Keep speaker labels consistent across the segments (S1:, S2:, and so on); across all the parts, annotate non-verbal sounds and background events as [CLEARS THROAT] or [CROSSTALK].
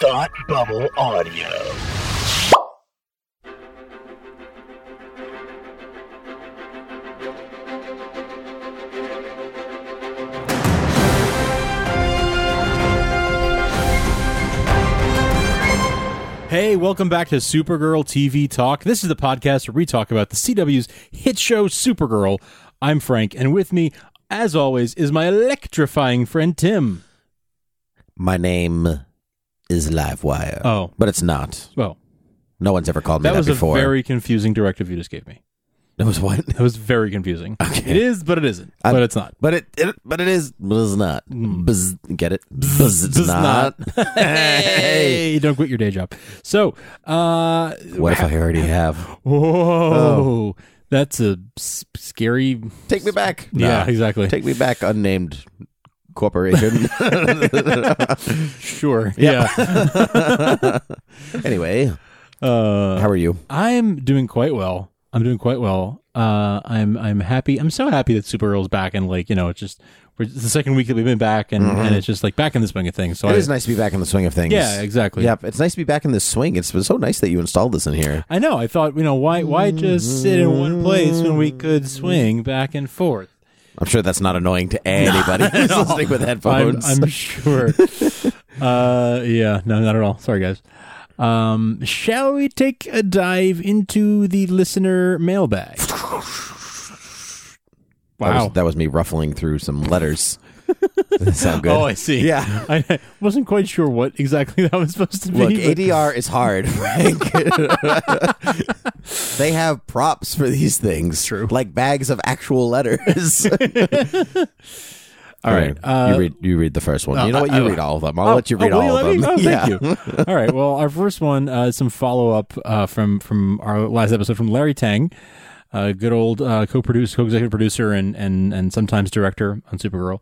S1: Thought Bubble Audio.
S2: Hey, welcome back to Supergirl TV Talk. This is the podcast where we talk about the CW's hit show Supergirl. I'm Frank, and with me, as always, is my electrifying friend Tim.
S3: My name is Livewire.
S2: Oh.
S3: But it's not.
S2: Well,
S3: No one's ever called me
S2: that
S3: that,
S2: was a
S3: before.
S2: very confusing directive you just gave me.
S3: It was what?
S2: That was very confusing.
S3: Okay.
S2: It is, but it isn't.
S3: I'm-
S2: but
S3: [LAUGHS]
S2: it's not.
S3: But it, it but it is but it's not.
S2: Hmm.
S3: Buzz, get it? Buzz, it's
S2: Does
S3: not. hey.
S2: Hey, don't quit your day job. So, uh,
S3: [LAUGHS] What if I already have? Oh.
S2: whoa, that's a s- scary.
S3: Take
S2: [LAUGHS]
S3: me back.
S2: Yeah,
S3: Nah.
S2: exactly.
S3: Take me back, unnamed
S2: [LAUGHS]
S3: corporation. [LAUGHS]
S2: sure. Yeah.
S3: anyway,
S2: uh,
S3: how are you?
S2: I'm doing quite well. I'm doing quite well. Uh, I'm I'm happy. I'm so happy that Supergirl's back and like you know it's just we're, it's the second week that we've been back and, and it's just like back in the swing of things. So
S3: Mm-hmm. It
S2: I,
S3: is nice to be back in the swing of things.
S2: yeah, exactly.
S3: Yep, it's nice to be back in the swing. It's been so nice that you installed this in here.
S2: I know. I thought you know why why just sit in one place when we could swing back and forth.
S3: I'm sure that's not annoying
S2: [LAUGHS]
S3: to anybody who's listening with
S2: I'm,
S3: headphones.
S2: I'm [LAUGHS] sure. uh, yeah, no, not at all. Sorry, guys. Um, shall we take a dive into the listener mailbag?
S3: That
S2: Wow.
S3: was, that was me ruffling through some letters. Does that sound good?
S2: Oh, [LAUGHS] I see.
S3: Yeah.
S2: I wasn't quite sure what exactly [LAUGHS] that was supposed to be.
S3: Look,
S2: but- [LAUGHS]
S3: ADR is hard, Frank. [LAUGHS] they have props for these things.
S2: True.
S3: Like bags of actual
S2: [LAUGHS]
S3: letters.
S2: All right. Uh,
S3: you read you read the first one.
S2: uh,
S3: you know what?
S2: I-
S3: You
S2: I-
S3: read all of them. I'll
S2: oh,
S3: let you read
S2: oh, will
S3: all of
S2: let
S3: them. [LAUGHS]
S2: me?
S3: yeah.
S2: Oh, thank you. all right. Well, our first one uh, is some follow up uh, from from our last episode from Larry Tang, uh, good old uh, co producer, co executive producer, and and and sometimes director on Supergirl.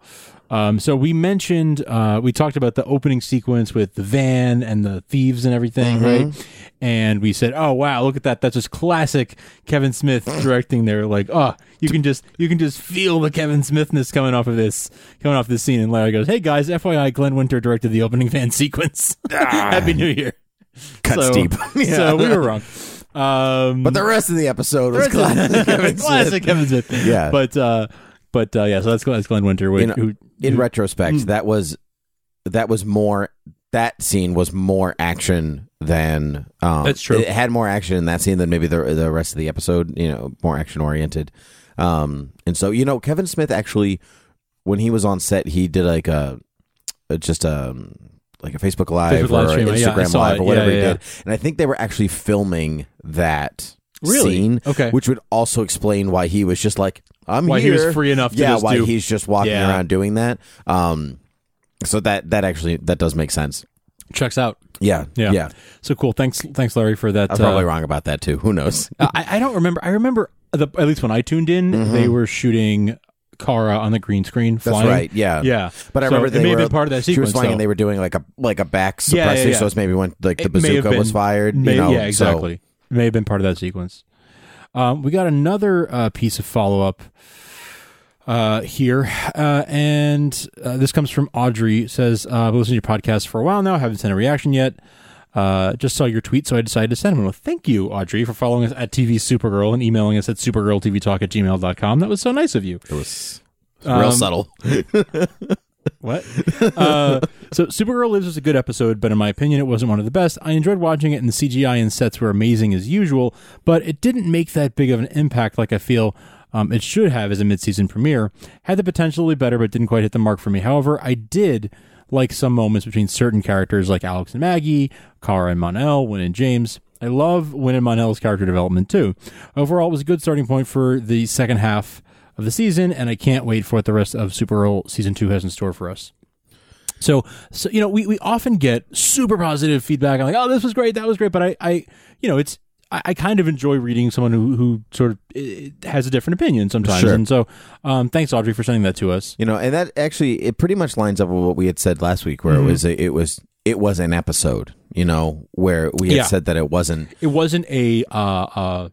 S2: Um, so we mentioned uh, we talked about the opening sequence with the van and the thieves and everything,
S3: Mm-hmm.
S2: right? And we said, "Oh wow, look at that! That's just classic Kevin Smith directing." There, like, oh, you can just you can just feel the Kevin Smithness coming off of this coming off this scene. And Larry goes, "Hey guys, FYI, Glenn Winter directed the opening van [LAUGHS] sequence. Happy New Year."
S3: Ah. Cuts
S2: so,
S3: deep. Yeah. [LAUGHS]
S2: [LAUGHS] So we were wrong. Um,
S3: But the rest of the episode was
S2: [LAUGHS] classic,
S3: classic. [LAUGHS] Kevin Smith.
S2: Kevin Smith.
S3: Yeah.
S2: but uh, but uh, yeah. So that's, that's Glenn Winter. Which,
S3: You know,
S2: who,
S3: in retrospect,
S2: Mm.
S3: that was that was more that scene was more action than um,
S2: That's true.
S3: It had more action in that scene than maybe the the rest of the episode. You know, more action oriented. Um, and so you know, Kevin Smith actually, when he was on set, he did like a a- just a like a Facebook live
S2: Facebook live
S3: or
S2: stream, yeah, I
S3: Instagram
S2: saw
S3: live
S2: it.
S3: or whatever
S2: Yeah,
S3: he
S2: yeah,
S3: did. And I think they were actually filming that.
S2: Really?
S3: Scene,
S2: Okay.
S3: Which would also explain why he was just like, I'm
S2: Why he
S3: here.
S2: was free enough to
S3: Yeah,
S2: just
S3: why
S2: do-
S3: he's just walking
S2: Yeah.
S3: around doing that. Um, so that that actually that does make sense.
S2: checks out.
S3: Yeah,
S2: Yeah. uh,
S3: yeah.
S2: So cool. Thanks, thanks, Larry, for that.
S3: I'm probably wrong about that too. Who
S2: [LAUGHS]
S3: knows?
S2: uh, I, I don't remember. I remember the, at least when I tuned in, they were shooting Kara on the green screen.
S3: Mm-hmm. That's
S2: flying.
S3: right. Yeah,
S2: Yeah.
S3: But I
S2: So
S3: remember
S2: it
S3: they
S2: may
S3: were,
S2: have been part of that
S3: She
S2: sequence.
S3: was flying,
S2: though.
S3: and they were doing like a like a back suppressor.
S2: Yeah, yeah, yeah.
S3: So it's maybe when like the
S2: It may have
S3: bazooka was
S2: been-
S3: fired.
S2: may-
S3: you know,
S2: yeah,
S3: so-
S2: exactly. It may have been part of that sequence. Um, we got another uh, piece of follow up uh, here, uh, and uh, this comes from Audrey. Says, uh, "I've been listening to your podcast for a while now. Haven't sent a reaction yet. Uh, just saw your tweet, so I decided to send one. Well, thank you, Audrey, for following us at TV Supergirl and emailing us at supergirltvtalk at gmail.com. That was so nice of you.
S3: It was
S2: Um,
S3: real subtle.
S2: What? uh, so Supergirl Lives was a good episode, but in my opinion, it wasn't one of the best. I enjoyed watching it, and the CGI and sets were amazing as usual, but it didn't make that big of an impact like I feel um, it should have as a mid-season premiere. Had the potential to be better, but didn't quite hit the mark for me. However, I did like some moments between certain characters like Alex and Maggie, Kara and Monel, Win and James. I love Win and Monel's character development too. Overall, it was a good starting point for the second half of the season, and I can't wait for what the rest of Supergirl season two has in store for us. So, so you know, we, we often get super positive feedback. I'm like, oh, this was great, that was great, but I, I you know, it's I, I kind of enjoy reading someone who who sort of eh, has a different opinion sometimes,
S3: Sure.
S2: and so um, thanks Audrey for sending that to us.
S3: You know, and that actually it pretty much lines up with what we had said last week, where
S2: Mm-hmm.
S3: it was a, it was it was an episode. You know, where we had
S2: Yeah.
S3: said that it wasn't
S2: It wasn't a uh, uh,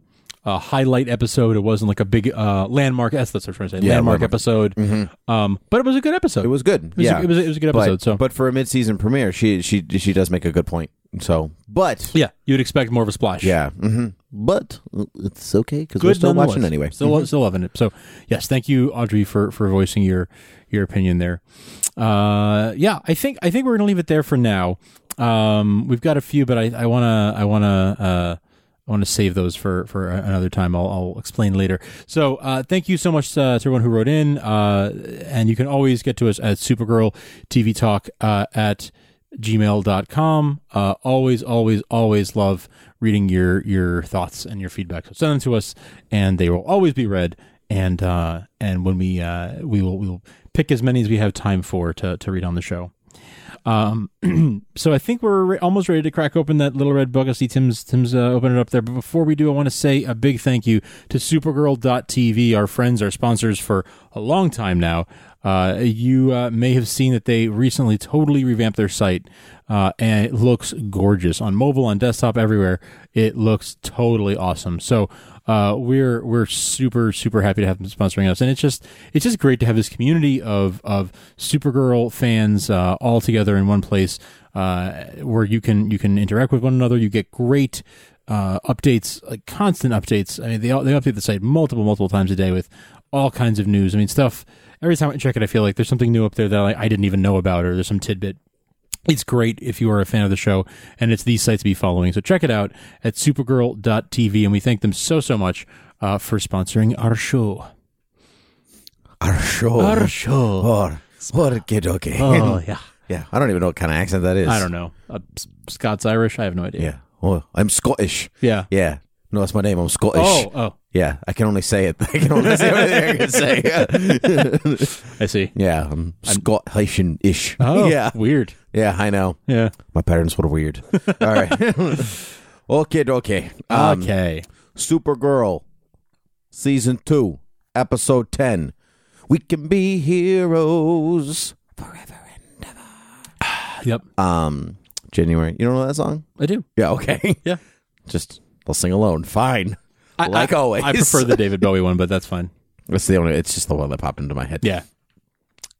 S2: uh, highlight episode. It wasn't like a big uh, landmark. That's that's what I'm trying to say.
S3: Yeah,
S2: landmark,
S3: landmark. Mm-hmm.
S2: episode. Um, but it was a good episode.
S3: It was good.
S2: was a-
S3: yeah,
S2: it was a- it was a good
S3: But-
S2: episode, so.
S3: but for a mid-season premiere, she she she does make a good point. So, but
S2: Yeah, you'd expect more of a splash.
S3: yeah, hmm but it's okay because we're still
S2: nonetheless.
S3: watching anyway.
S2: Still, still loving it. So, yes, thank you, Audrey, for for voicing your your opinion there. Uh, yeah, I think I think we're gonna leave it there for now. Um, we've got a few, but I, I wanna I wanna uh, I wanna save those for for a- another time. I'll, I'll explain later. So, uh, thank you so much uh, to everyone who wrote in. Uh, and you can always get to us at Supergirl TV Talk uh, at gmail.com uh, always always always love reading your your thoughts and your feedback so send them to us and they will always be read and uh and when we uh we will we will pick as many as we have time for to to read on the show um so i think we're re- almost ready to crack open that little red book i see tim's tim's uh, open it up there but before we do i want to say a big thank you to supergirl.tv our friends our sponsors for a long time now uh, you uh, may have seen that they recently totally revamped their site, uh, and it looks gorgeous on mobile, on desktop, everywhere. It looks totally awesome. So uh, we're we're super super happy to have them sponsoring us, and it's just it's just great to have this community of of Supergirl fans uh, all together in one place, uh, where you can you can interact with one another. You get great uh, updates, like constant updates. I mean, they they update the site multiple multiple times a day with all kinds of news. I mean, stuff every time I check it, I feel like there's something new up there that I, I didn't even know about, or there's some tidbit. It's great if you are a fan of the show, and it's these sites to be following. So check it out at supergirl.tv, and we thank them so, so much uh, for sponsoring our show.
S3: Our show,
S2: Our show.
S3: Or- or get okay.
S2: Oh, yeah.
S3: [LAUGHS] yeah, I don't even know what kind of accent that is.
S2: I don't know. Uh, S- Scots Irish? I have no idea.
S3: Yeah, oh, I'm Scottish.
S2: Yeah.
S3: Yeah, no, that's my name. I'm Scottish.
S2: Oh, oh,
S3: Yeah, I can only say it. [LAUGHS] I can only say what I can say. [LAUGHS]
S2: I see.
S3: yeah, I'm Scottish-ish. [LAUGHS]
S2: Oh,
S3: yeah,
S2: Weird.
S3: yeah, I know.
S2: Yeah.
S3: My parents were weird. All
S2: [LAUGHS]
S3: right. [LAUGHS] okay, okay.
S2: Uh,
S3: Um,
S2: Okay.
S3: Supergirl, season two, episode 10. We can be heroes forever and
S2: Yep.
S3: Um, January. You don't know that song?
S2: I do.
S3: Yeah, okay. [LAUGHS]
S2: Yeah.
S3: Just, I'll sing alone. Fine.
S2: I,
S3: Like
S2: I-
S3: always.
S2: I prefer the David Bowie one, but that's fine.
S3: That's the only, it's just the one that popped into my head.
S2: Yeah.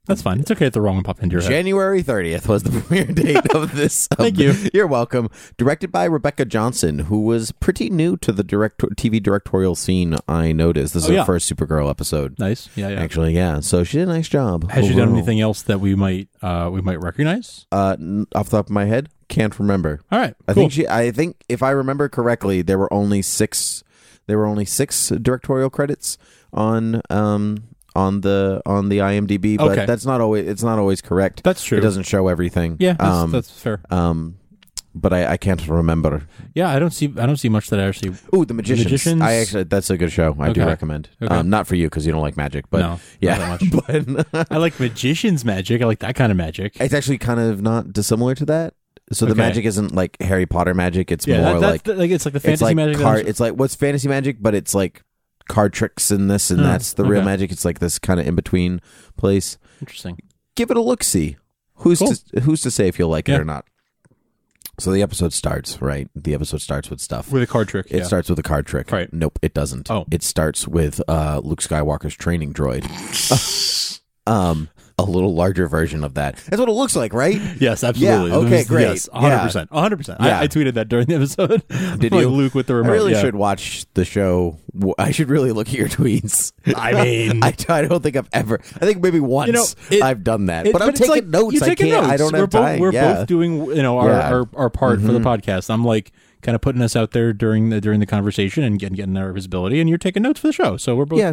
S2: That's fine. It's okay if the wrong one popped into your head.
S3: January 30th was the [LAUGHS] premiere date of this.
S2: [LAUGHS] Thank you.
S3: [LAUGHS] You're welcome. Directed by Rebecca Johnson, who was pretty new to the director TV directorial scene, I noticed. This is
S2: Oh,
S3: her
S2: yeah.
S3: first Supergirl episode.
S2: Nice. Yeah, yeah.
S3: Actually, yeah. So she did a nice job.
S2: Has she done
S3: overall.
S2: anything else that we might uh, we might recognize?
S3: Uh, n- off the top of my head, can't remember.
S2: All right,
S3: I
S2: cool.
S3: think she. I think if I remember correctly, there were only six. There were only six directorial credits on um on the on the IMDb. But
S2: Okay.
S3: that's not always. It's not always correct.
S2: that's true.
S3: It doesn't show everything.
S2: Yeah, that's,
S3: um,
S2: that's fair.
S3: um, but I, I can't remember.
S2: Yeah, I don't see I don't see much that I actually.
S3: Ooh, the Magicians.
S2: Magicians?
S3: I actually that's a good show. I do
S2: Okay.
S3: recommend.
S2: Okay.
S3: Um, not for you because you don't like magic, but
S2: No, not
S3: yeah, [LAUGHS] but
S2: I like magician's magic. I like that kind of magic.
S3: it's actually kind of not dissimilar to that. So the
S2: Okay.
S3: magic isn't like Harry Potter magic. It's
S2: yeah,
S3: more
S2: that, that's
S3: like
S2: the- like it's like the fantasy
S3: it's like
S2: magic. that
S3: card.
S2: I'm-
S3: It's like what's fantasy magic, but it's like card tricks and this and
S2: Hmm,
S3: that's the real
S2: okay.
S3: magic. It's like this kind of in between place.
S2: Interesting.
S3: Give it a look. See who's
S2: Cool.
S3: to, who's to say if you'll like
S2: Yeah.
S3: it or not. So the episode starts right. The episode starts with stuff.
S2: With a card trick.
S3: It
S2: yeah.
S3: starts with a card trick.
S2: Right.
S3: Nope, it doesn't.
S2: Oh.
S3: It starts with uh, Luke Skywalker's training
S2: [LAUGHS]
S3: droid. [LAUGHS] um, a little larger version of that. That's what it looks like, right?
S2: Yes, absolutely.
S3: okay,
S2: Yes,
S3: great.
S2: Yes, 100%. 100%. I,
S3: Yeah.
S2: I tweeted that during the episode.
S3: [LAUGHS] Did
S2: [LAUGHS] Like
S3: you?
S2: Luke with the
S3: I
S2: remote.
S3: really
S2: yeah.
S3: should watch the show. W- I should really look at your [LAUGHS] tweets.
S2: I
S3: [LAUGHS]
S2: mean,
S3: I, I don't think I've ever. I think maybe once
S2: it-
S3: I've done that,
S2: It-
S3: but I'm
S2: it's
S3: taking
S2: like,
S3: notes.
S2: You're
S3: I
S2: taking
S3: can't.
S2: Notes.
S3: I don't
S2: we're
S3: have
S2: both,
S3: time.
S2: We're
S3: yeah.
S2: both doing you know our,
S3: Yeah. Mm-hmm.
S2: our, our part for the podcast. I'm like kind of putting us out there during the during the conversation and getting getting our visibility, and you're taking notes for the show. So we're both
S3: yeah,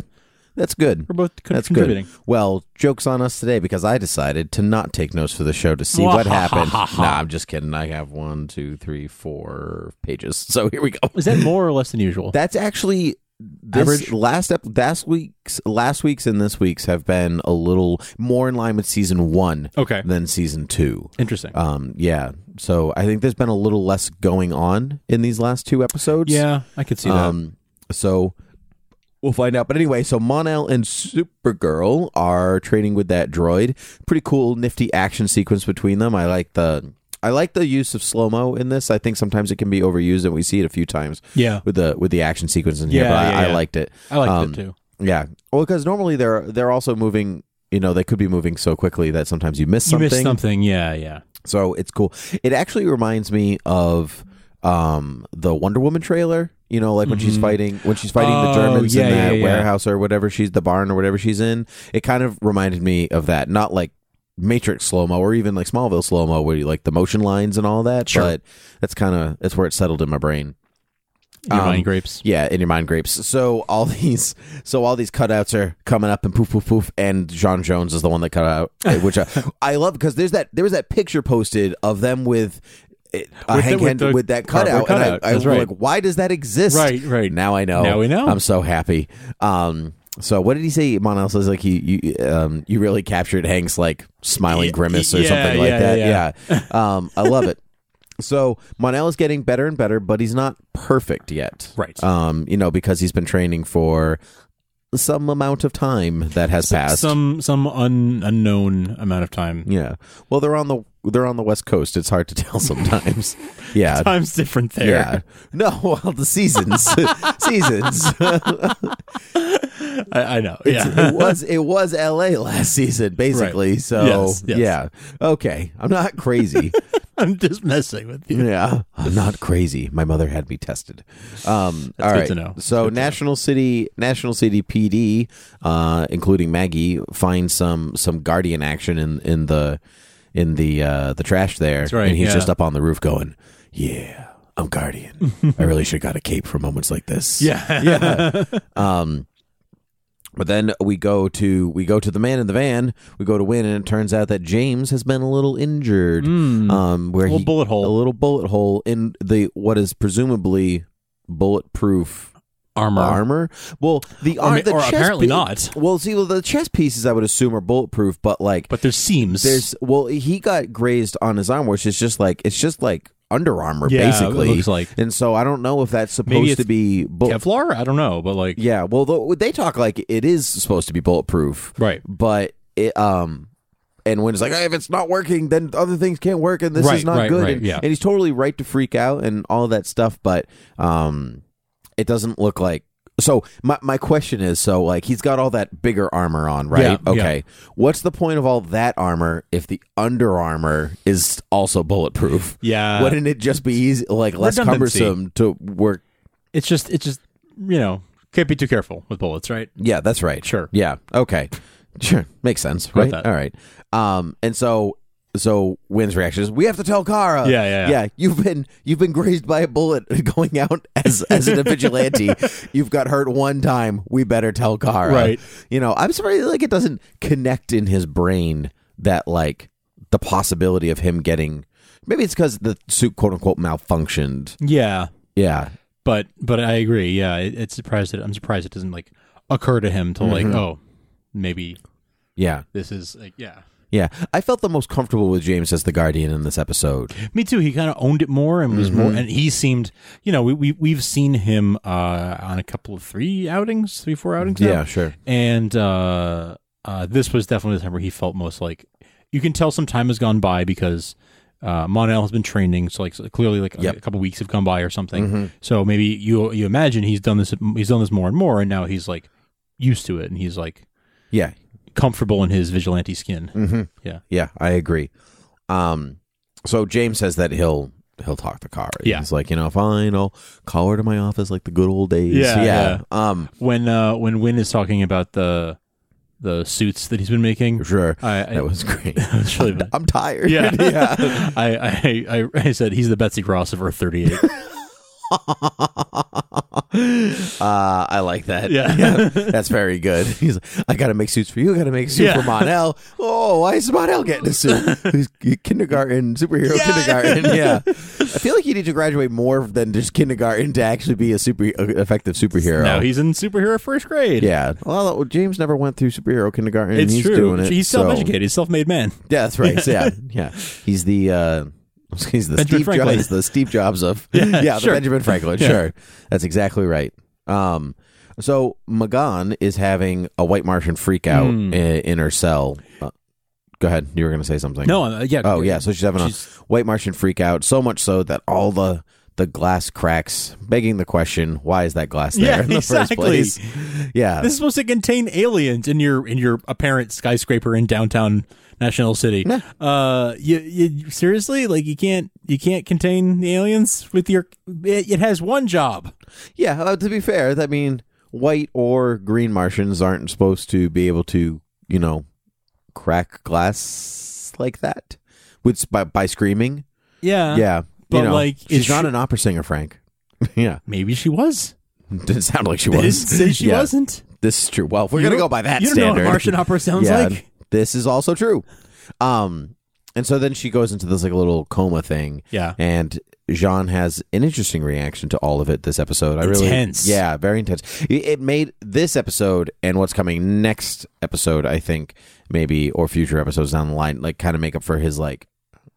S3: that's good.
S2: we're both con-
S3: That's
S2: contributing.
S3: good. Well, jokes on us today because I decided to not take notes for the show to see what happened. nah, I'm just kidding. I have one, two, three, four pages. So here we go.
S2: Is that more or less than usual?
S3: That's actually this
S2: Average?
S3: last ep- last week's last week's and this week's have been a little more in line with season one
S2: okay,
S3: than season two.
S2: interesting.
S3: Um, yeah. So I think there's been a little less going on in these last two episodes.
S2: yeah, I could see that.
S3: Um, so we'll find out. But anyway, so Monel and Supergirl are training with that droid. Pretty cool, nifty action sequence between them. I like the I like the use of slow mo in this. I think sometimes it can be overused, and we see it a few times
S2: Yeah.
S3: with the with the action sequence in here.
S2: Yeah,
S3: but I,
S2: yeah,
S3: I
S2: yeah.
S3: liked it.
S2: I liked
S3: Um,
S2: it too.
S3: Yeah. Well, because normally they're they're also moving. You know, they could be moving so quickly that sometimes you miss
S2: You
S3: something.
S2: missed something. Yeah, yeah.
S3: So it's cool. It actually reminds me of um, the Wonder Woman trailer. You know, like when she's fighting when she's fighting the
S2: Mm-hmm. Oh,
S3: Germans
S2: yeah,
S3: in that
S2: yeah, yeah.
S3: warehouse or whatever she's the barn or whatever she's in. It kind of reminded me of that. Not like Matrix slow mo or even like Smallville slow mo where you like the motion lines and all that.
S2: Sure.
S3: But that's kind of that's where it settled in my brain.
S2: Your
S3: Um,
S2: mind grapes.
S3: Yeah, in your mind grapes. So all [LAUGHS] these, so all these cutouts are coming up and poof, poof, poof, and John Jones is the one that cut
S2: [LAUGHS]
S3: out, uh, which I, I love because there's that there was that picture posted of them with it- a
S2: With the-
S3: hand
S2: with
S3: hand
S2: the
S3: with that
S2: cardboard
S3: cutout,
S2: cutout.
S3: and I, I was
S2: That's right.
S3: like, why does that exist?
S2: Right, right.
S3: Now I know.
S2: Now we know.
S3: I'm so happy. Um, so what did he say? Monel says like he you um you really captured Hank's like smiling
S2: Yeah,
S3: grimace or
S2: yeah,
S3: something like
S2: yeah,
S3: that.
S2: yeah.
S3: yeah. Um, I love it. So Monel is getting better and better, but he's not perfect yet.
S2: Right.
S3: Um, you know, because he's been training for some amount of time that has passed.
S2: Some some un, unknown amount of time.
S3: yeah. Well, they're on the they're on the west coast. It's hard to [LAUGHS] tell
S2: [LAUGHS]
S3: sometimes. yeah.
S2: Time's different there.
S3: Yeah. [LAUGHS] No, well, the seasons. seasons.
S2: [LAUGHS] I, I know.
S3: [LAUGHS]
S2: yeah. [LAUGHS]
S3: it was it was LA last season basically.
S2: Right.
S3: So,
S2: Yes, yes.
S3: yeah. Okay. I'm not crazy.
S2: I'm just messing with you.
S3: Yeah, I'm not crazy. My mother had me tested. Um, all
S2: good
S3: right.
S2: to know. That's
S3: So National City, National City PD, uh, including Maggie, finds some some Guardian action in in the in the uh, the trash there,
S2: right,
S3: and he's
S2: yeah.
S3: just up on the roof going, "Yeah, I'm Guardian. I really should got a cape for moments like this."
S2: Yeah.
S3: yeah. [LAUGHS] Um, but then we go to we go to the man in the van. We go to win, and it turns out that James has been a little injured.
S2: Hmm.
S3: Um, where
S2: [LAUGHS] Little
S3: he,
S2: bullet hole.
S3: a little bullet hole in the what is presumably bulletproof
S2: Armor.
S3: armor. Well, the
S2: Or
S3: ar-
S2: ma-
S3: the
S2: or
S3: chest
S2: apparently
S3: pie-
S2: not.
S3: Well, see, well, the chest pieces I would assume are bulletproof, but like
S2: But there's seams.
S3: there's well, he got grazed on his arm, which is just like it's just like under armor
S2: Yeah, it
S3: basically.
S2: looks like.
S3: and so I don't know if that's supposed to
S2: it's
S3: be bullet
S2: Kevlar? I don't know, but like
S3: yeah, well, though, they talk like it is supposed to be bulletproof,
S2: Right.
S3: But it, um, and when it's like, hey, if it's not working, then other things can't work, and this
S2: Right,
S3: is not
S2: right,
S3: good.
S2: right,
S3: and,
S2: yeah.
S3: and he's totally right to freak out and all that stuff, but um, it doesn't look like. So my my question is, so like he's got all that bigger armor on, right?
S2: Yeah,
S3: okay, what's the point of all that armor if the under armor is also bulletproof?
S2: Yeah.
S3: Wouldn't it just be easy, like less
S2: redundancy.
S3: cumbersome to work?
S2: it's just it's just you know, can't be too careful with bullets, right?
S3: Yeah, that's right.
S2: Sure.
S3: Yeah. Okay. Sure. Makes sense.
S2: Got
S3: Right.
S2: that.
S3: All right. Um. And so, so Wynn's reaction is, "We have to tell Kara."
S2: Yeah, yeah, yeah.
S3: You've been you've been grazed by a bullet [LAUGHS] going out as as an
S2: [LAUGHS]
S3: vigilante. You've got hurt one time. We better tell Kara.
S2: Right.
S3: You know, I'm surprised like it doesn't connect in his brain that like the possibility of him getting. Maybe it's because the suit quote unquote malfunctioned.
S2: Yeah.
S3: Yeah.
S2: But but I agree. Yeah, it, it's surprised that I'm surprised it doesn't like occur to him to like, oh, maybe
S3: Yeah.
S2: this is like yeah.
S3: Yeah. I felt the most comfortable with James as the guardian in this episode.
S2: Me too. He kind of owned it more and was more, and he seemed, you know, we, we we've seen him uh, on a couple of three outings, three four outings. now.
S3: Yeah, sure.
S2: And uh, uh, this was definitely the time where he felt most like you can tell some time has gone by because uh, Monel has been training, so like so clearly like a-
S3: Yep. Mm-hmm.
S2: a, couple weeks have gone by or something. So maybe you you imagine he's done this he's done this more and more, and now he's like used to it, and he's like
S3: Yeah,
S2: comfortable in his vigilante skin.
S3: Mm.
S2: Yeah.
S3: yeah, I agree. Um, so James says that he'll he'll talk to Kara.
S2: Yeah.
S3: he's like, you know, fine, I'll call her to my office like the good old days.
S2: Yeah,
S3: Um,
S2: when uh when Win is talking about the the suits that he's been making.
S3: sure,
S2: I, I
S3: that was
S2: [LAUGHS]
S3: great. [LAUGHS]
S2: it's really bad.
S3: I'm tired.
S2: Yeah.
S3: [LAUGHS] yeah.
S2: [LAUGHS] I, I I I said he's the Betsy Cross of Earth 38.
S3: uh, I like that. [LAUGHS]
S2: Yeah.
S3: that's very good. [LAUGHS] He's like, I got to make suits for you. I got to make a suit
S2: Yeah.
S3: for Monel. Oh, why is Monel getting a
S2: [LAUGHS]
S3: suit? He's kindergarten, superhero kindergarten. Yeah. I feel like you need to graduate more than just kindergarten to actually be a super effective superhero.
S2: now he's in superhero first grade.
S3: yeah. Well, James never went through superhero kindergarten. and
S2: It's
S3: he's
S2: true.
S3: Doing it,
S2: he's
S3: so-
S2: self-educated. He's self-made man.
S3: Yeah, that's
S2: [LAUGHS]
S3: right. yeah. Yeah. He's the. Uh, [LAUGHS] He's the
S2: Benjamin
S3: Steve
S2: Franklin.
S3: Jobs, the Steve Jobs of
S2: [LAUGHS] Yeah,
S3: the
S2: sure.
S3: Benjamin Franklin.
S2: Yeah.
S3: Sure, that's exactly right. Um,
S2: Hmm.
S3: so Magan is having a white Martian freak out i- in, her cell. Uh, Go ahead. You were going to say something.
S2: No, uh, yeah.
S3: Oh yeah, so she's having
S2: She's-
S3: a white Martian freak out so much so that all the the glass cracks, begging the question, why is that glass there
S2: Yeah, [LAUGHS]
S3: in the
S2: exactly.
S3: first place? Yeah.
S2: This is supposed to contain aliens in your in your apparent skyscraper in downtown National City. Uh, you, you seriously like you can't you can't contain the aliens with your. It, it has one job.
S3: yeah, uh, to be fair, I mean, white or green Martians aren't supposed to be able to, you know, crack glass like that with by, by screaming.
S2: Yeah,
S3: yeah.
S2: but,
S3: you know,
S2: like, it
S3: she's not
S2: should-
S3: an opera singer, Frank. [LAUGHS] yeah.
S2: Maybe she was.
S3: Didn't sound like she
S2: They
S3: was.
S2: didn't say she
S3: Yeah,
S2: wasn't.
S3: [LAUGHS] This is true. Well, if we're
S2: You
S3: going to
S2: don't-
S3: go by that
S2: you don't know what
S3: standard.
S2: Martian opera sounds like.
S3: This is also true. Um, and so then she goes into this like little coma thing.
S2: Yeah.
S3: And Jean has an interesting reaction to all of it this episode. I really
S2: Intense.
S3: Yeah, very intense. It- It made this episode and what's coming next episode, I think, maybe or future episodes down the line, like kind of make up for his like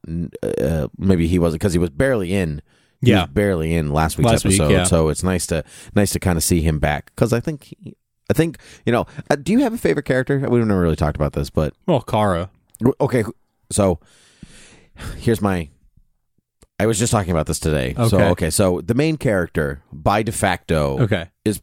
S3: n- uh, maybe he wasn't because he was barely in. He
S2: Yeah.
S3: was barely in last week's
S2: Last week,
S3: episode,
S2: yeah.
S3: so it's nice to nice to kind of see him back because I think he, I think you know. Uh, do you have a favorite character? We've never really talked about this, but
S2: Well, Kara.
S3: W- Okay, wh- so here's my. I was just talking about this today. So
S2: Okay.
S3: okay, so the main character by de facto
S2: Okay.
S3: is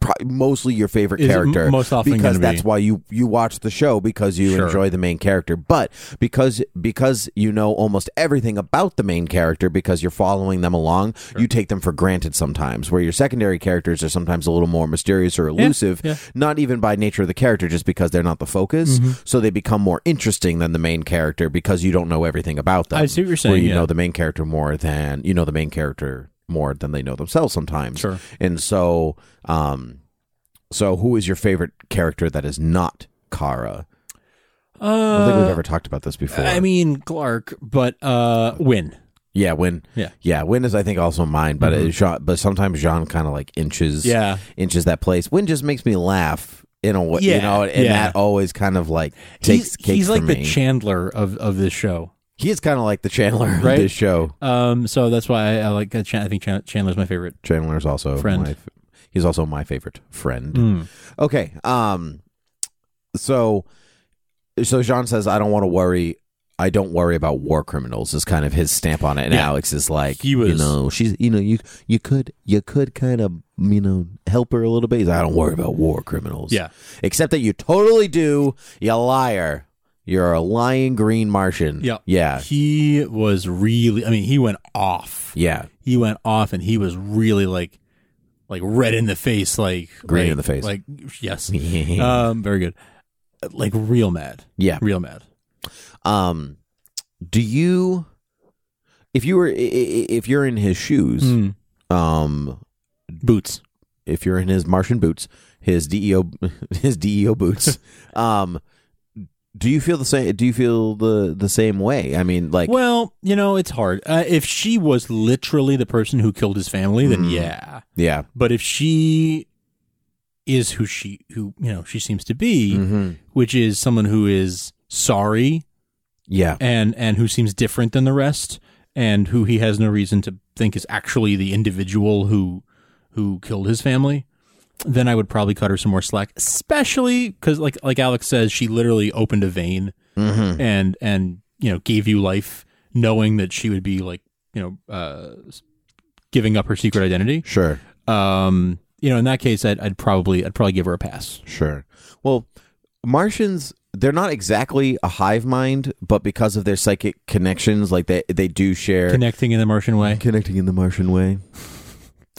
S3: pro- mostly your favorite
S2: Is m-
S3: character,
S2: most often
S3: because
S2: gonna be.
S3: that's why you you watch the show because you
S2: Sure.
S3: enjoy the main character. But because because you know almost everything about the main character because you're following them along, you take them for granted sometimes. Where your secondary characters are sometimes a little more mysterious or elusive,
S2: yeah. Mm-hmm.
S3: not even by nature of the character, just because they're not the focus. So they become more interesting than the main character because you don't know everything about them.
S2: I see what you're
S3: Where
S2: saying,
S3: you
S2: yeah.
S3: know the main character more than you know the main character more than they know themselves sometimes.
S2: Sure.
S3: And so, um, so who is your favorite character that is not Kara? I don't think we've
S2: Uh,
S3: ever talked about this before.
S2: I mean Clark, but uh, Win.
S3: yeah, Win.
S2: Yeah. Mm-hmm.
S3: yeah. Win is I think also mine, but it- Jean, but sometimes Jean kind of like inches,
S2: Yeah.
S3: inches that place. Win just makes me laugh in a way,
S2: Yeah,
S3: you know, and
S2: yeah.
S3: that always kind of like takes
S2: he's,
S3: cake
S2: he's
S3: for
S2: like
S3: me.
S2: the Chandler of of this show.
S3: he is kind of like the Chandler
S2: Right?
S3: of this show.
S2: Um, so that's why I, I like. Chan- I think Chan- Chandler's my favorite.
S3: Chandler is also
S2: Friend.
S3: My, f- he's also my favorite friend. Okay. Um. So, so Jean says, "I don't want to worry. I don't worry about war criminals." Is kind of his stamp on it. And
S2: Yeah.
S3: Alex is like,
S2: He
S3: you
S2: was-
S3: know, she's, you know, you you could you could kind of you know help her a little bit." He's like, "I don't worry about war criminals."
S2: Yeah.
S3: Except that you totally do. You liar. You're a lying green Martian.
S2: Yeah.
S3: Yeah.
S2: He was really. I mean, he went off.
S3: Yeah.
S2: He went off, and he was really like, like red in the face, like
S3: Green
S2: like-
S3: in the face.
S2: Like yes. um, very good. Like real mad,
S3: [LAUGHS] yeah.
S2: real mad.
S3: Um, do you, if you were, i- i- if you're in his shoes,
S2: Mm.
S3: um,
S2: Boots.
S3: if you're in his Martian boots, his DEO, [LAUGHS] his DEO boots, um, do you feel the same? Do you feel the the same way? I mean, like,
S2: well, you know, it's hard. Uh, if she was literally the person who killed his family, then
S3: Mm.
S2: yeah.
S3: yeah,
S2: But if she is who she who you know she seems to be,
S3: Mhm.
S2: which is someone who is sorry
S3: yeah,
S2: and and who seems different than the rest and who he has no reason to think is actually the individual who who killed his family then i would probably cut her some more slack especially cuz like like alex says she literally opened a vein
S3: Mhm.
S2: and and you know gave you life knowing that she would be like you know uh s- giving up her secret identity
S3: sure,
S2: um you know in that case i'd, I'd probably i'd probably give her a pass
S3: sure. Well, Martians. They're not exactly a hive mind, but because of their psychic connections, like they they do share
S2: connecting in the martian way
S3: [LAUGHS] connecting in the Martian way.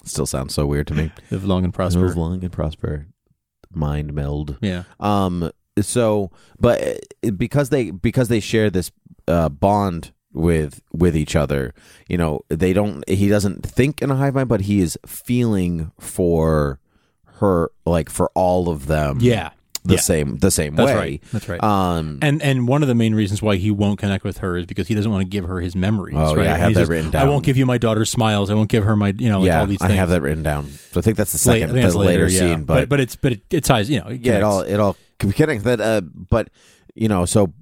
S3: Still sounds so weird to me.
S2: live long and
S3: Prosper.
S2: prosper
S3: long and prosper. Mind meld.
S2: yeah
S3: Um. So, but uh, because they because they share this uh, bond with with each other, you know, they don't. He doesn't think in a hive mind, but he is feeling for her, like for all of them.
S2: yeah
S3: The
S2: yeah.
S3: same. The same
S2: That's
S3: way.
S2: right. That's right.
S3: Um.
S2: and and one of the main reasons why he won't connect with her is because he doesn't want to give her his memories.
S3: Oh, yeah,
S2: right?
S3: I have
S2: He
S3: that
S2: says,
S3: written down.
S2: I won't give you my daughter's smiles. I won't give her my you know like
S3: yeah,
S2: all these
S3: I
S2: things.
S3: have that written down. So I think that's the
S2: It's late- I
S3: second,
S2: think that's
S3: the later, scene.
S2: yeah. but it's but it, it ties you know it
S3: yeah, it
S2: connects.
S3: all it all connects. That, uh, but you know, so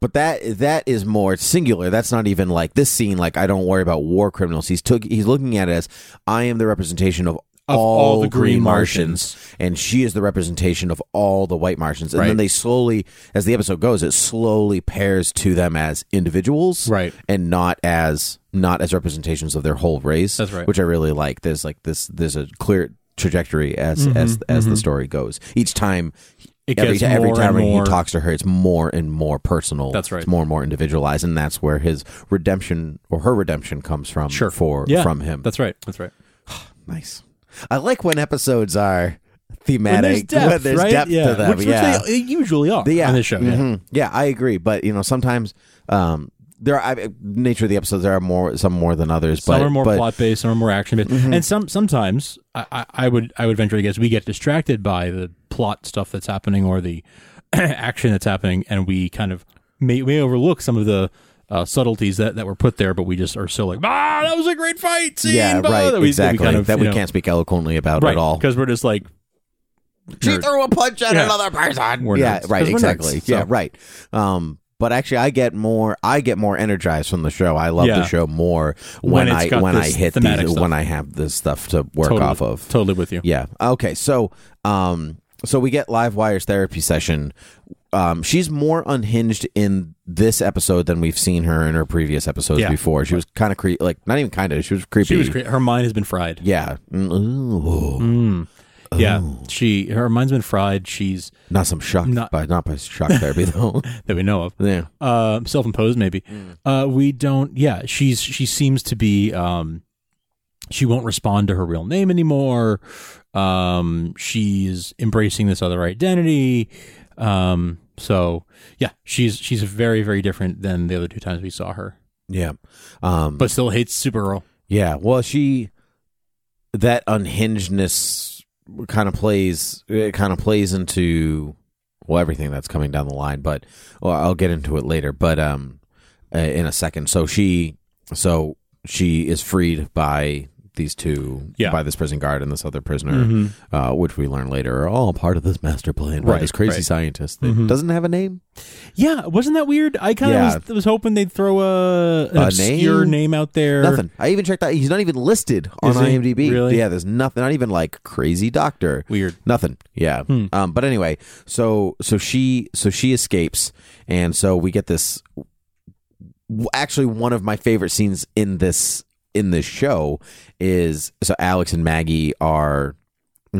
S3: but that that is more singular. That's not even like this scene. Like I don't worry about war criminals. He's took. He's looking at it as I am the representation of
S2: Of all the green Martians.
S3: and she is the representation of all the white Martians. And
S2: Right.
S3: then they slowly, as the episode goes, it slowly pairs to them as individuals,
S2: Right.
S3: and not as not as representations of their whole race.
S2: That's right.
S3: Which I really like. There's like this. There's a clear trajectory as as as the story goes. Each time.
S2: Mm-hmm, It
S3: every,
S2: gets
S3: ti- every
S2: more
S3: time
S2: and
S3: he
S2: more-
S3: talks to her, it's more and more personal.
S2: That's right.
S3: It's more and more individualized, and that's where his redemption or her redemption comes from.
S2: Sure.
S3: For
S2: Yeah.
S3: from him.
S2: That's right. That's right.
S3: Nice. I like when episodes are
S2: And
S3: thematic.
S2: there's depth,
S3: when there's
S2: right?
S3: depth
S2: yeah.
S3: to them.
S2: Which,
S3: yeah.
S2: which they usually are
S3: The- yeah.
S2: on this show. Yeah.
S3: Mhm. Yeah, I agree. But you know, sometimes um, there are I, nature of the episodes. There are more some more than others.
S2: Some
S3: but
S2: are more
S3: but Mm-hmm.
S2: plot based, some are more action based, and some sometimes I, I, I would I would venture to guess we get distracted by the plot stuff that's happening or the [CLEARS THROAT] action that's happening, and we kind of may, may overlook some of the uh, subtleties that, that were put there, but we just are so like ah that was a great fight scene,
S3: yeah,
S2: blah,"
S3: right.
S2: that we,
S3: exactly.
S2: that we, kind of,
S3: that
S2: you
S3: we
S2: know,
S3: can't speak eloquently about
S2: right
S3: at all.
S2: because we're just like
S3: She
S2: nerd.
S3: threw a punch at
S2: Yeah.
S3: another person.
S2: We're
S3: yeah,
S2: nerds.
S3: right.
S2: 'Cause we're
S3: Exactly.
S2: nerds,
S3: Yeah,
S2: so.
S3: right. Um, but actually, I get more. I get more energized from the show. I love
S2: Yeah.
S3: the show more
S2: When
S3: when,
S2: it's
S3: I
S2: got
S3: when I
S2: this
S3: hit
S2: thematic
S3: these,
S2: stuff.
S3: when I have this stuff to work
S2: totally,
S3: off of.
S2: totally with you.
S3: Yeah. Okay. So, um, so we get Live Wire's therapy session. Um, she's more unhinged in this episode than we've seen her in her previous episodes
S2: Yeah.
S3: before. She was kind of creepy, like not even kind of. She was creepy.
S2: She was cre- her mind has been fried.
S3: Yeah. Mm, ooh.
S2: Yeah,
S3: Oh.
S2: she her mind's been fried. She's
S3: Not some shock,
S2: Not-
S3: by not by shock therapy [LAUGHS] though.
S2: that we know of.
S3: yeah.
S2: uh, self-imposed maybe.
S3: Hmm.
S2: Uh, we don't. Yeah, she's she seems to be. Um, she won't respond to her real name anymore. Um, she's embracing this other identity. Um, so yeah, she's she's very very different than the other two times we saw her,
S3: Yeah. Um,
S2: but still hates Supergirl.
S3: Yeah, well, she that unhingedness kind of plays it kind of plays into well everything that's coming down the line, but well, I'll get into it later, but um uh, in a second. So she so she is freed by these two
S2: Yeah. Mm-hmm.
S3: by this prison guard and this other prisoner uh, which we learn later are all part of this master plan by
S2: Right,
S3: this crazy
S2: right. Mm-hmm.
S3: scientist that doesn't have a name
S2: Yeah, wasn't that weird? I kind of
S3: Yeah.
S2: was, was hoping they'd throw a an
S3: A
S2: obscure name?
S3: name?
S2: out there.
S3: nothing i even checked out he's not even listed on
S2: Is he?
S3: imdb
S2: Really?
S3: yeah there's nothing not even like crazy doctor
S2: Weird.
S3: Nothing. Yeah.
S2: Hmm.
S3: Um, but anyway, so so she so she escapes, and so we get this. w- Actually, one of my favorite scenes in this in this show is so Alex and Maggie are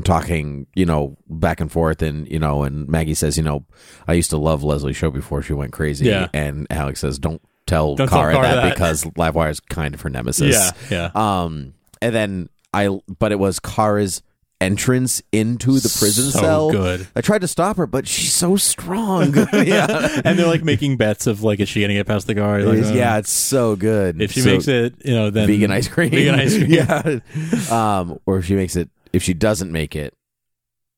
S3: talking, you know, back and forth, and you know, and Maggie says, you know, I used to love Leslie Show before she went crazy,
S2: Yeah.
S3: and Alex says, don't tell
S2: Don't tell
S3: Kara
S2: Kara
S3: that,
S2: that.
S3: because Livewire is kind of her nemesis.
S2: Yeah, yeah.
S3: Um, and then I, but it was Kara's entrance into the prison
S2: So
S3: cell.
S2: good.
S3: I tried to stop her, but she's so
S2: [LAUGHS]
S3: strong. [LAUGHS] yeah,
S2: and they're like making bets of like, is she gonna get past the guard? Like, uh,
S3: yeah, it's so good.
S2: If she
S3: So-
S2: makes it, you know, then
S3: vegan ice cream,
S2: Vegan ice
S3: [LAUGHS]
S2: cream.
S3: yeah. Um, or if she makes it, if she doesn't make it,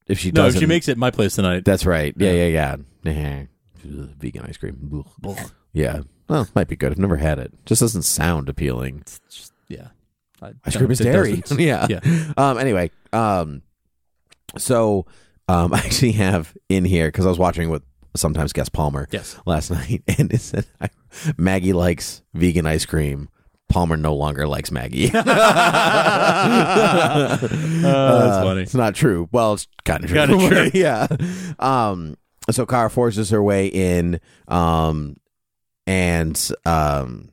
S3: if she
S2: No,
S3: doesn't,
S2: if she makes it my place tonight.
S3: that's right. Yeah, yeah, yeah. yeah. Vegan ice cream. Ugh. Yeah. Well, might be good. I've never had it. Just doesn't sound appealing.
S2: yeah. I
S3: Ice cream is
S2: don't- it [LAUGHS]
S3: dairy. [LAUGHS]
S2: doesn't-
S3: yeah.
S2: Yeah.
S3: Um. Anyway. Um. So, um, [LAUGHS] I actually have in here because I was watching with sometimes guest Palmer.
S2: Yes.
S3: Last [LAUGHS] night, and it said Maggie likes vegan ice cream. Palmer no longer likes
S2: [LAUGHS]
S3: Maggie. [LAUGHS]
S2: Oh, Uh, that's
S3: Uh,
S2: funny.
S3: It's not true. Well, it's kind of true.
S2: Kinda true.
S3: [LAUGHS] yeah. Um. So Kara forces her way in. Um. And um.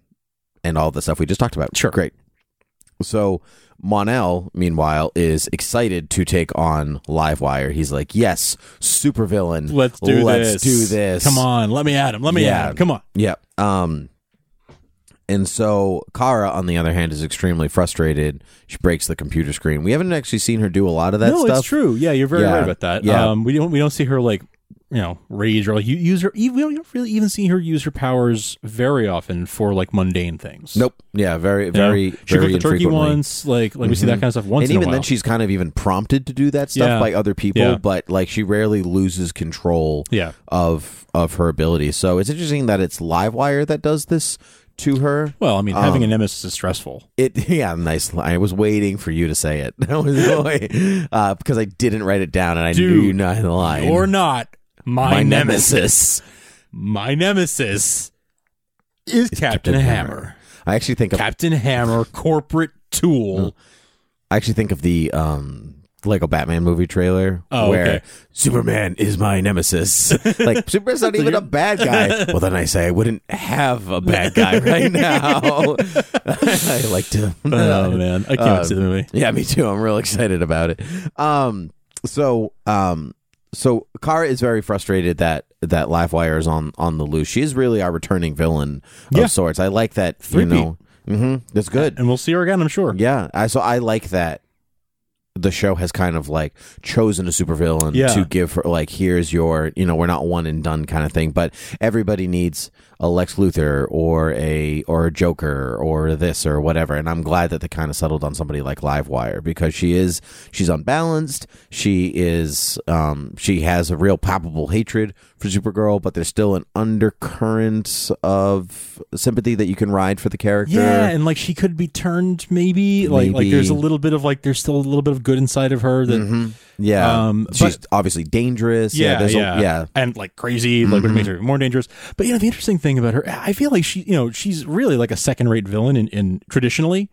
S3: And all the stuff we just talked about.
S2: Sure.
S3: Great. So Monel, meanwhile, is excited to take on Livewire. He's like, "Yes, supervillain.
S2: Let's do
S3: Let's
S2: this.
S3: do this.
S2: Come on, let me at him. Let me
S3: Yeah.
S2: at him. Come on.
S3: Yeah. Um and so Kara, on the other hand, is extremely frustrated. She breaks the computer screen. We haven't actually seen her do a lot of that
S2: no,
S3: stuff.
S2: it's true. Yeah, you're very
S3: Yeah.
S2: right about that.
S3: Yeah.
S2: Um, we don't we don't see her like you know rage or like you use her. e-, We don't really even see her use her powers very often for like mundane things.
S3: Nope. Yeah, very,
S2: You know?
S3: very, very
S2: she cooked the turkey
S3: infrequently. Mm-hmm.
S2: once. Like like we see that kind of stuff once.
S3: and
S2: in a
S3: even then,
S2: while.
S3: she's kind of even prompted to do that stuff
S2: Yeah.
S3: by other people,
S2: Yeah.
S3: but like she rarely loses control
S2: Yeah.
S3: of of her ability. So it's interesting that it's Livewire that does this to her.
S2: well, I mean, having a nemesis is stressful.
S3: It [LAUGHS] yeah, nice. line. I was waiting for you to say it. [LAUGHS] That was the way- uh, because I didn't write it down, and I knew
S2: Dude,
S3: you not the line.
S2: Or not my,
S3: my
S2: nemesis.
S3: nemesis.
S2: My nemesis is Captain, Hammer.
S3: I actually think of
S2: Captain Hammer, corporate tool,
S3: I actually think of the um, Lego Batman movie trailer
S2: Oh,
S3: where
S2: okay.
S3: Superman is my
S2: [LAUGHS]
S3: nemesis. like Superman's not even a bad guy. Well, then I say I wouldn't have a bad guy right now. [LAUGHS] I like to. [LAUGHS]
S2: Oh man, I can't
S3: Uh,
S2: see the movie.
S3: Yeah, me too. I'm real excited about it. Um, so, um, so Kara is very frustrated that that Livewire is on on the loose. She is really our returning villain of
S2: Yeah.
S3: sorts. I like that.
S2: Three-peat.
S3: You know, hmm that's good.
S2: And we'll see her again, I'm sure.
S3: Yeah, I so I like that. The show has kind of like chosen a supervillain
S2: Yeah.
S3: to give her like here's your you know we're not one and done kind of thing, but everybody needs a Lex Luthor or a or a Joker or this or whatever, and I'm glad that they kind of settled on somebody like Livewire because she is she's unbalanced, she is um she has a real palpable hatred for Supergirl, but there's still an undercurrent of sympathy that you can ride for the character.
S2: Yeah, and like she could be turned maybe. Mm-hmm. Like like
S3: Maybe.
S2: there's a little bit of like there's still a little bit of good inside of her that
S3: Yeah,
S2: Um,
S3: she's obviously dangerous. Yeah,
S2: yeah,
S3: there's a-
S2: yeah,
S3: yeah. Mm-hmm.
S2: and like crazy, like what makes her more dangerous. But you know, the interesting thing about her, I feel like she, you know, she's really like a second-rate villain in, in traditionally.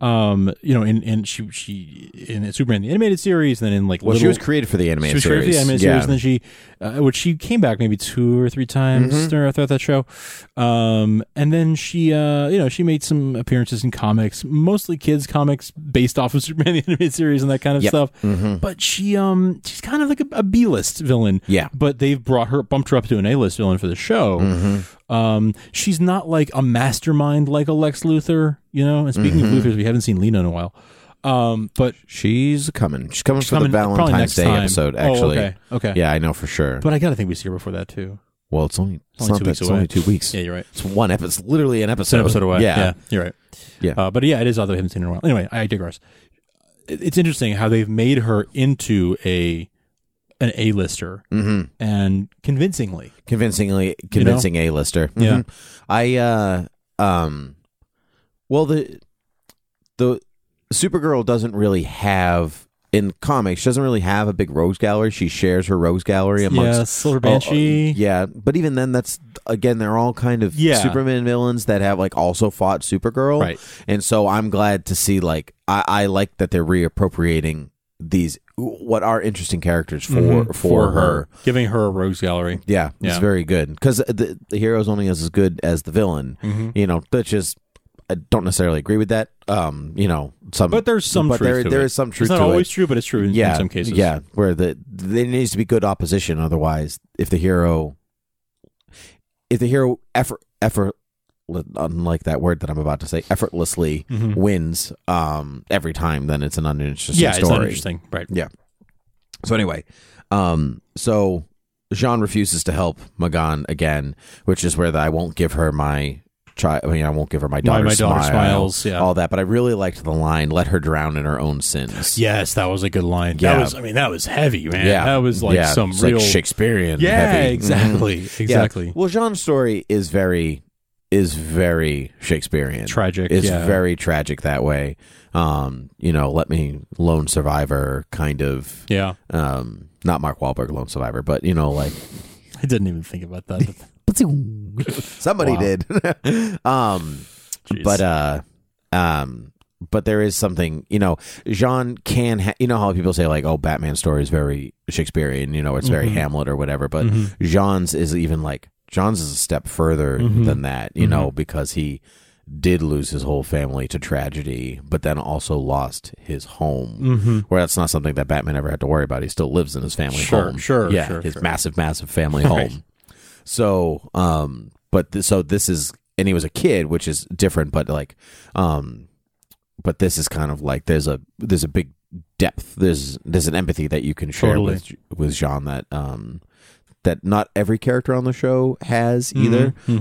S2: Um, you know, in in she she in Superman the animated series, then in like
S3: Well, she
S2: Little-
S3: was created for the animated
S2: she was
S3: series.
S2: created for the animated
S3: yeah. Mm-hmm.
S2: series, and then she, uh, which she came back maybe two or three times throughout throughout that show, um, and then she, uh, you know, she made some appearances in comics, mostly kids comics based off of [LAUGHS] Superman the animated series and that kind of
S3: Yep. Mm-hmm.
S2: stuff. But she, um, she's kind of like a, a B list villain.
S3: Yeah.
S2: but they've brought her bumped her up to an A list villain for the show.
S3: Mm-hmm.
S2: Um, she's not like a mastermind like a Lex Luthor, you know. And speaking
S3: Mm-hmm.
S2: of Luthers, we haven't seen Lena in a while. Um, but
S3: she's coming. She's coming for
S2: coming
S3: the
S2: probably
S3: Valentine's
S2: next
S3: Day
S2: time.
S3: episode.
S2: Oh,
S3: Actually,
S2: okay, okay.
S3: yeah, I know for sure.
S2: but I gotta think we see her before that too.
S3: well, it's only it's,
S2: only
S3: not
S2: two
S3: that,
S2: weeks
S3: it's
S2: away.
S3: only two weeks.
S2: Yeah, you're right.
S3: It's one episode. It's literally an
S2: It's
S3: episode.
S2: an episode away. Yeah.
S3: Yeah,
S2: you're right.
S3: Yeah.
S2: Uh, but yeah, it is odd that we haven't seen her in a while. Anyway, I digress. It- It's interesting how they've made her into a an A lister
S3: hmm
S2: and convincingly.
S3: convincingly convincing a lister.
S2: Yeah.
S3: I uh um, well the the Supergirl doesn't really have. In comics, she doesn't really have a big rogues gallery. She shares her rogues gallery amongst
S2: yeah, Silver
S3: Oh,
S2: Banshee.
S3: uh, yeah, but even then, that's again, they're all kind of
S2: Yeah.
S3: Superman villains that have like also fought Supergirl,
S2: Right.
S3: And so I'm glad to see like I, I like that they're reappropriating these what are interesting characters for for, her.
S2: giving Mm-hmm. her a rogues gallery.
S3: Yeah, it's
S2: Yeah.
S3: very good because the the hero's only as as good as the villain.
S2: Mm-hmm.
S3: You know, that's just I don't necessarily agree with that. Um, you know, some
S2: But there's some
S3: but
S2: truth
S3: there
S2: to
S3: there
S2: it.
S3: is some truth
S2: It's not
S3: to
S2: always
S3: it.
S2: true, but it's true in, in
S3: Yeah,
S2: some cases.
S3: yeah, where the there needs to be good opposition. Otherwise, if the hero, if the hero effort effort, unlike that word that I'm about to say, effortlessly
S2: Mhm.
S3: wins um every time, then it's an uninteresting
S2: yeah,
S3: story.
S2: it's not interesting, right?
S3: Yeah. So anyway, um, so Jean refuses to help Magan again, which is where the, I won't give her my child. I mean, I won't give her my
S2: My-
S3: daughter's
S2: my daughter
S3: smile,
S2: smiles, yeah.
S3: all that. But I really liked the line, "Let her drown in her own sins."
S2: Yes, that was a good line. That
S3: Yeah.
S2: was, I mean, that was heavy, man.
S3: Yeah.
S2: That was like
S3: Yeah.
S2: some
S3: It's
S2: real.
S3: like Shakespearean.
S2: Mm-hmm. yeah,
S3: heavy.
S2: [LAUGHS]
S3: Mm-hmm.
S2: exactly,
S3: Yeah.
S2: exactly.
S3: Well, Jean's story is very is very Shakespearean.
S2: Tragic,
S3: It's
S2: yeah.
S3: very tragic that way. Um, you know, let me lone survivor kind of
S2: Yeah,
S3: um not Mark Wahlberg lone survivor, but you know, like
S2: I didn't even think
S3: [LAUGHS]
S2: about that. but-
S3: somebody
S2: Wow.
S3: did. [LAUGHS] um
S2: Jeez.
S3: but uh um but there is something you know jean can ha- you know how people say like oh batman story is very shakespearean you know it's
S2: Mm-hmm.
S3: very hamlet or whatever but jean's is even like jean's is a step further
S2: Mm-hmm.
S3: than that you know because he did lose his whole family to tragedy but then also lost his home
S2: Mm-hmm.
S3: where that's not something that batman ever had to worry about he still lives in his family
S2: Sure,
S3: home
S2: sure,
S3: yeah
S2: sure,
S3: his
S2: sure.
S3: massive massive
S2: [LAUGHS]
S3: family home so, um, but th- so this is, and he was a kid, which is different, but like, um, but this is kind of like there's a there's a big depth there's there's an empathy that you can share
S2: Totally.
S3: with with Jean that um that not every character on the show has
S2: Mm-hmm.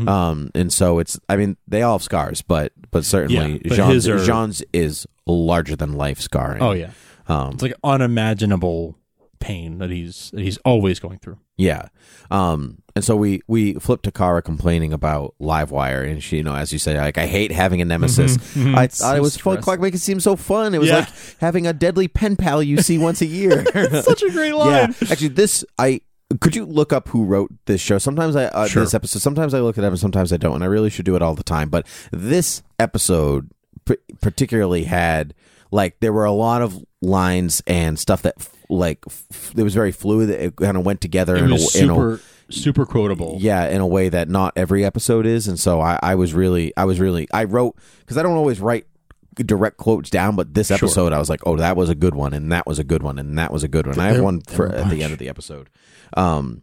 S3: either um and so it's I mean they all have scars but but certainly
S2: Yeah, but
S3: Jean's,
S2: his are-
S3: Jean's is larger than life scarring
S2: oh yeah,
S3: um
S2: it's like unimaginable pain that he's that he's always going
S3: [LAUGHS]
S2: through.
S3: Yeah. Um, and so we we flip to Kara complaining about Livewire, and she, you know, as you say, like I hate having a nemesis. I
S2: Mm-hmm. It's
S3: thought
S2: so
S3: it was fun.
S2: stressful.
S3: Clark make it seem so fun. It was
S2: Yeah.
S3: like having a deadly pen pal you see once a
S2: [LAUGHS]
S3: year.
S2: Such a great
S3: yeah. Actually, this I could you look up who wrote this show. Sometimes I uh,
S2: Sure.
S3: this episode. Sometimes I look it up, and sometimes I don't. And I really should do it all the time. But this episode p- particularly had like there were a lot of lines and stuff that f- like f- it was very fluid. It kind of went together
S2: It
S3: in,
S2: was
S3: a, in a-
S2: super super quotable.
S3: yeah in a way that not every episode is and so i, I was really i was really i wrote because i don't always write direct quotes down but this episode i was like oh that was a good one and that was a good one and that was a good one And i have
S2: There-
S3: one
S2: there
S3: for
S2: were a
S3: at the
S2: bunch.
S3: end of the episode um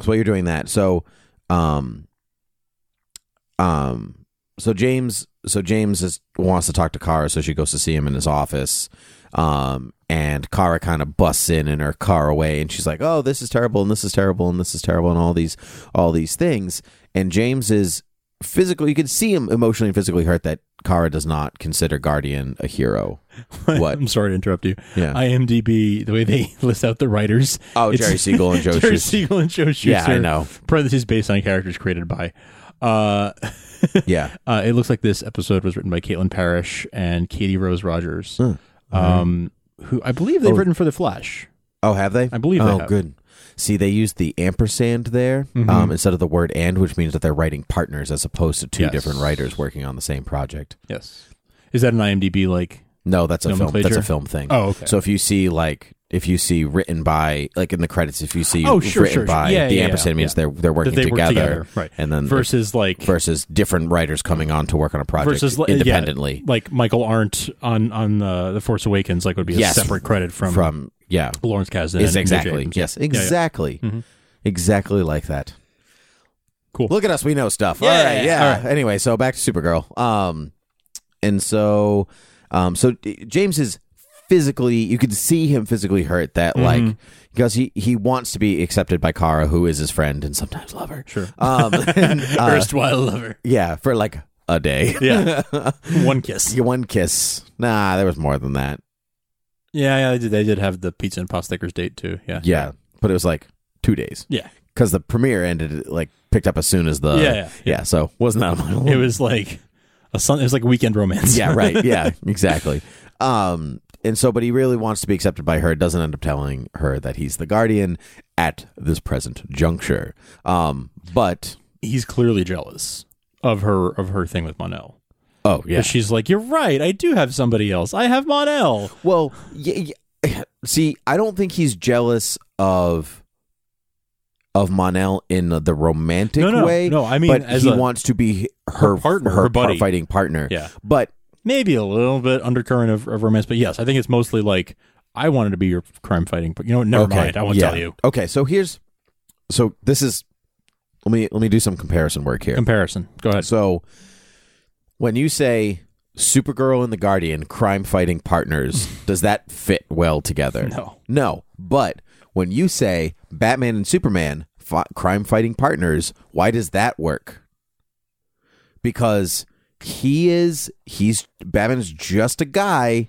S3: so while you're doing that so um um so james so james is, wants to talk to kara so she goes to see him in his office um and kara kind of busts in in her car away and she's like oh this is terrible and this is terrible and this is terrible and all these all these things and james is physically you can see him emotionally and physically hurt that kara does not consider guardian a
S2: [LAUGHS]
S3: hero What?
S2: I'm sorry to interrupt you.
S3: Yeah.
S2: IMDb, the way they [LAUGHS] list out the writers.
S3: Oh, Jerry
S2: it's-
S3: Siegel
S2: [LAUGHS]
S3: and Joe
S2: Jerry
S3: Shuster.
S2: Siegel and Joe Shuster.
S3: yeah i know
S2: Parentheses based on characters created by. Uh,
S3: yeah
S2: uh, it looks like this episode was written by Caitlin Parrish and Katie Rose Rogers,
S3: Huh.
S2: um, who I believe they've
S3: Oh.
S2: written for The Flash.
S3: Oh, have they?
S2: I believe
S3: Oh,
S2: they have.
S3: good. See, they used the ampersand there
S2: Mm-hmm.
S3: um, instead of the word "and," which means that they're writing partners as opposed to two
S2: Yes.
S3: different writers working on the same project.
S2: Yes. Is that an IMDb like?
S3: No, that's a film. That's
S2: Nomenclature?
S3: a film thing.
S2: Oh, okay.
S3: So if you see like if you see written by like in the credits, if you see
S2: Oh, sure,
S3: written
S2: sure, sure.
S3: by
S2: Yeah,
S3: the
S2: yeah,
S3: ampersand
S2: yeah,
S3: means
S2: yeah.
S3: they're they're working
S2: they work
S3: together,
S2: together, right.
S3: And then
S2: versus like
S3: versus different writers coming on to work on a project
S2: versus like, yeah,
S3: independently
S2: like Michael Arndt on on uh, the Force Awakens, like would be a
S3: Yes.
S2: separate credit from,
S3: from yeah
S2: Lawrence Kasdan.
S3: is
S2: and Neil
S3: exactly
S2: James.
S3: yes
S2: Yeah, yeah.
S3: exactly exactly like that
S2: Cool.
S3: look at us we know stuff
S2: Yeah,
S3: all right yeah
S2: all right.
S3: anyway so back to supergirl um and so um so D- james is physically you can see him physically hurt that
S2: Mm-hmm.
S3: like because he he wants to be accepted by kara who is his friend and sometimes lover
S2: Sure. [LAUGHS]
S3: um and, uh,
S2: Erstwhile lover.
S3: yeah for like a day [LAUGHS]
S2: Yeah. One kiss.
S3: You one kiss nah there was more than that
S2: Yeah, yeah, they did, they did have the pizza and pasta stickers date too. Yeah.
S3: yeah but it was like two days
S2: Yeah.
S3: because the premiere ended like picked up as soon as the
S2: Yeah, yeah, yeah.
S3: so wasn't that much
S2: It was like a sun it was like a weekend [LAUGHS] romance.
S3: yeah right yeah exactly um and so but he really wants to be accepted by her doesn't end up telling her that he's the guardian at this present juncture um but
S2: He's clearly jealous of her of her thing with Monel.
S3: oh yeah
S2: But she's like, You're right, I do have somebody else. I have Monel.
S3: well y- y- [SIGHS] see i don't think he's jealous of of Monel in the romantic
S2: No, no,
S3: way
S2: no, I mean
S3: but
S2: as
S3: he
S2: a-
S3: wants to be her,
S2: her partner,
S3: her
S2: her buddy.
S3: par- fighting partner
S2: Yeah.
S3: but
S2: maybe a little bit undercurrent of, of romance, but yes, I think it's mostly like I wanted to be your crime fighting, but you know, what? never mind. I won't
S3: yeah.
S2: tell you.
S3: Okay, so here's so this is let me let me do some comparison work here.
S2: Comparison. Go ahead.
S3: so when you say Supergirl and the Guardian crime fighting partners,
S2: [LAUGHS]
S3: does that fit well together?
S2: No.
S3: No, but when you say Batman and Superman fi- crime fighting partners, why does that work? Because he is he's Batman's just a guy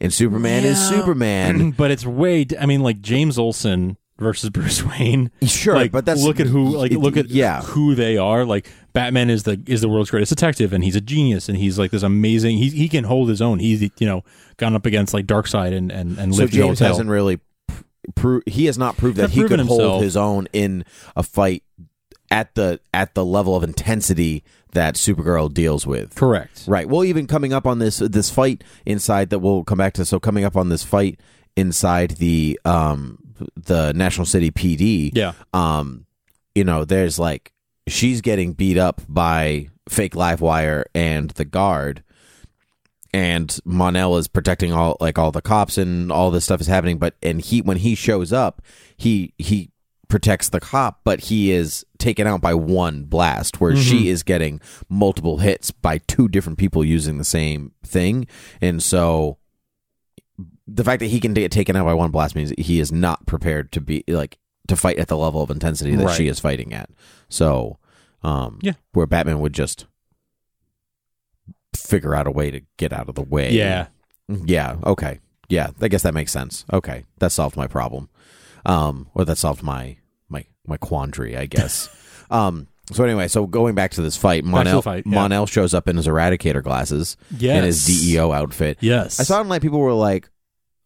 S3: and Superman is
S2: Yeah. [CLEARS THROAT]
S3: Superman.
S2: but it's way. d- I mean, like James Olsen versus Bruce Wayne.
S3: Sure,
S2: like,
S3: but that's
S2: look at who like
S3: it-
S2: look at
S3: yeah.
S2: who they are. Like Batman is the is the world's greatest detective, and he's a genius, and he's like this amazing. He he can hold his own. He's you know gone up against like Darkseid and and and
S3: So
S2: lifted
S3: James
S2: Hotel.
S3: hasn't really pr- pro- he has not proved
S2: He's
S3: that
S2: not
S3: he could
S2: proven
S3: hold
S2: himself.
S3: his own in a fight at the at the level of intensity that Supergirl deals with.
S2: correct.
S3: Right. Well, even coming up on this this fight inside that we'll come back to. So coming up on this fight inside the um the National City PD.
S2: Yeah.
S3: Um, you know, there's like she's getting beat up by fake live wire and the guard, and Monel is protecting all like all the cops and all this stuff is happening. But and he when he shows up, he he protects the cop, but he is taken out by one blast, where she is getting multiple hits by two different people using the same thing, and so. The fact that he can get taken out by one blast means he is not prepared to be like to fight at the level of intensity that she
S2: Right.
S3: is fighting at. So, um,
S2: Yeah.
S3: where Batman would just figure out a way to get out of the way.
S2: Yeah.
S3: yeah, okay, yeah. I guess that makes sense. Okay, that solved my problem, um, or that solved my my my quandary, I
S2: [LAUGHS]
S3: guess. um, so anyway, so going back to this fight,
S2: Back to the
S3: Monel
S2: fight, yeah.
S3: Monel shows up in his E Eradicator glasses
S2: Yes.
S3: and his DEO outfit.
S2: Yes.
S3: I saw online people were like,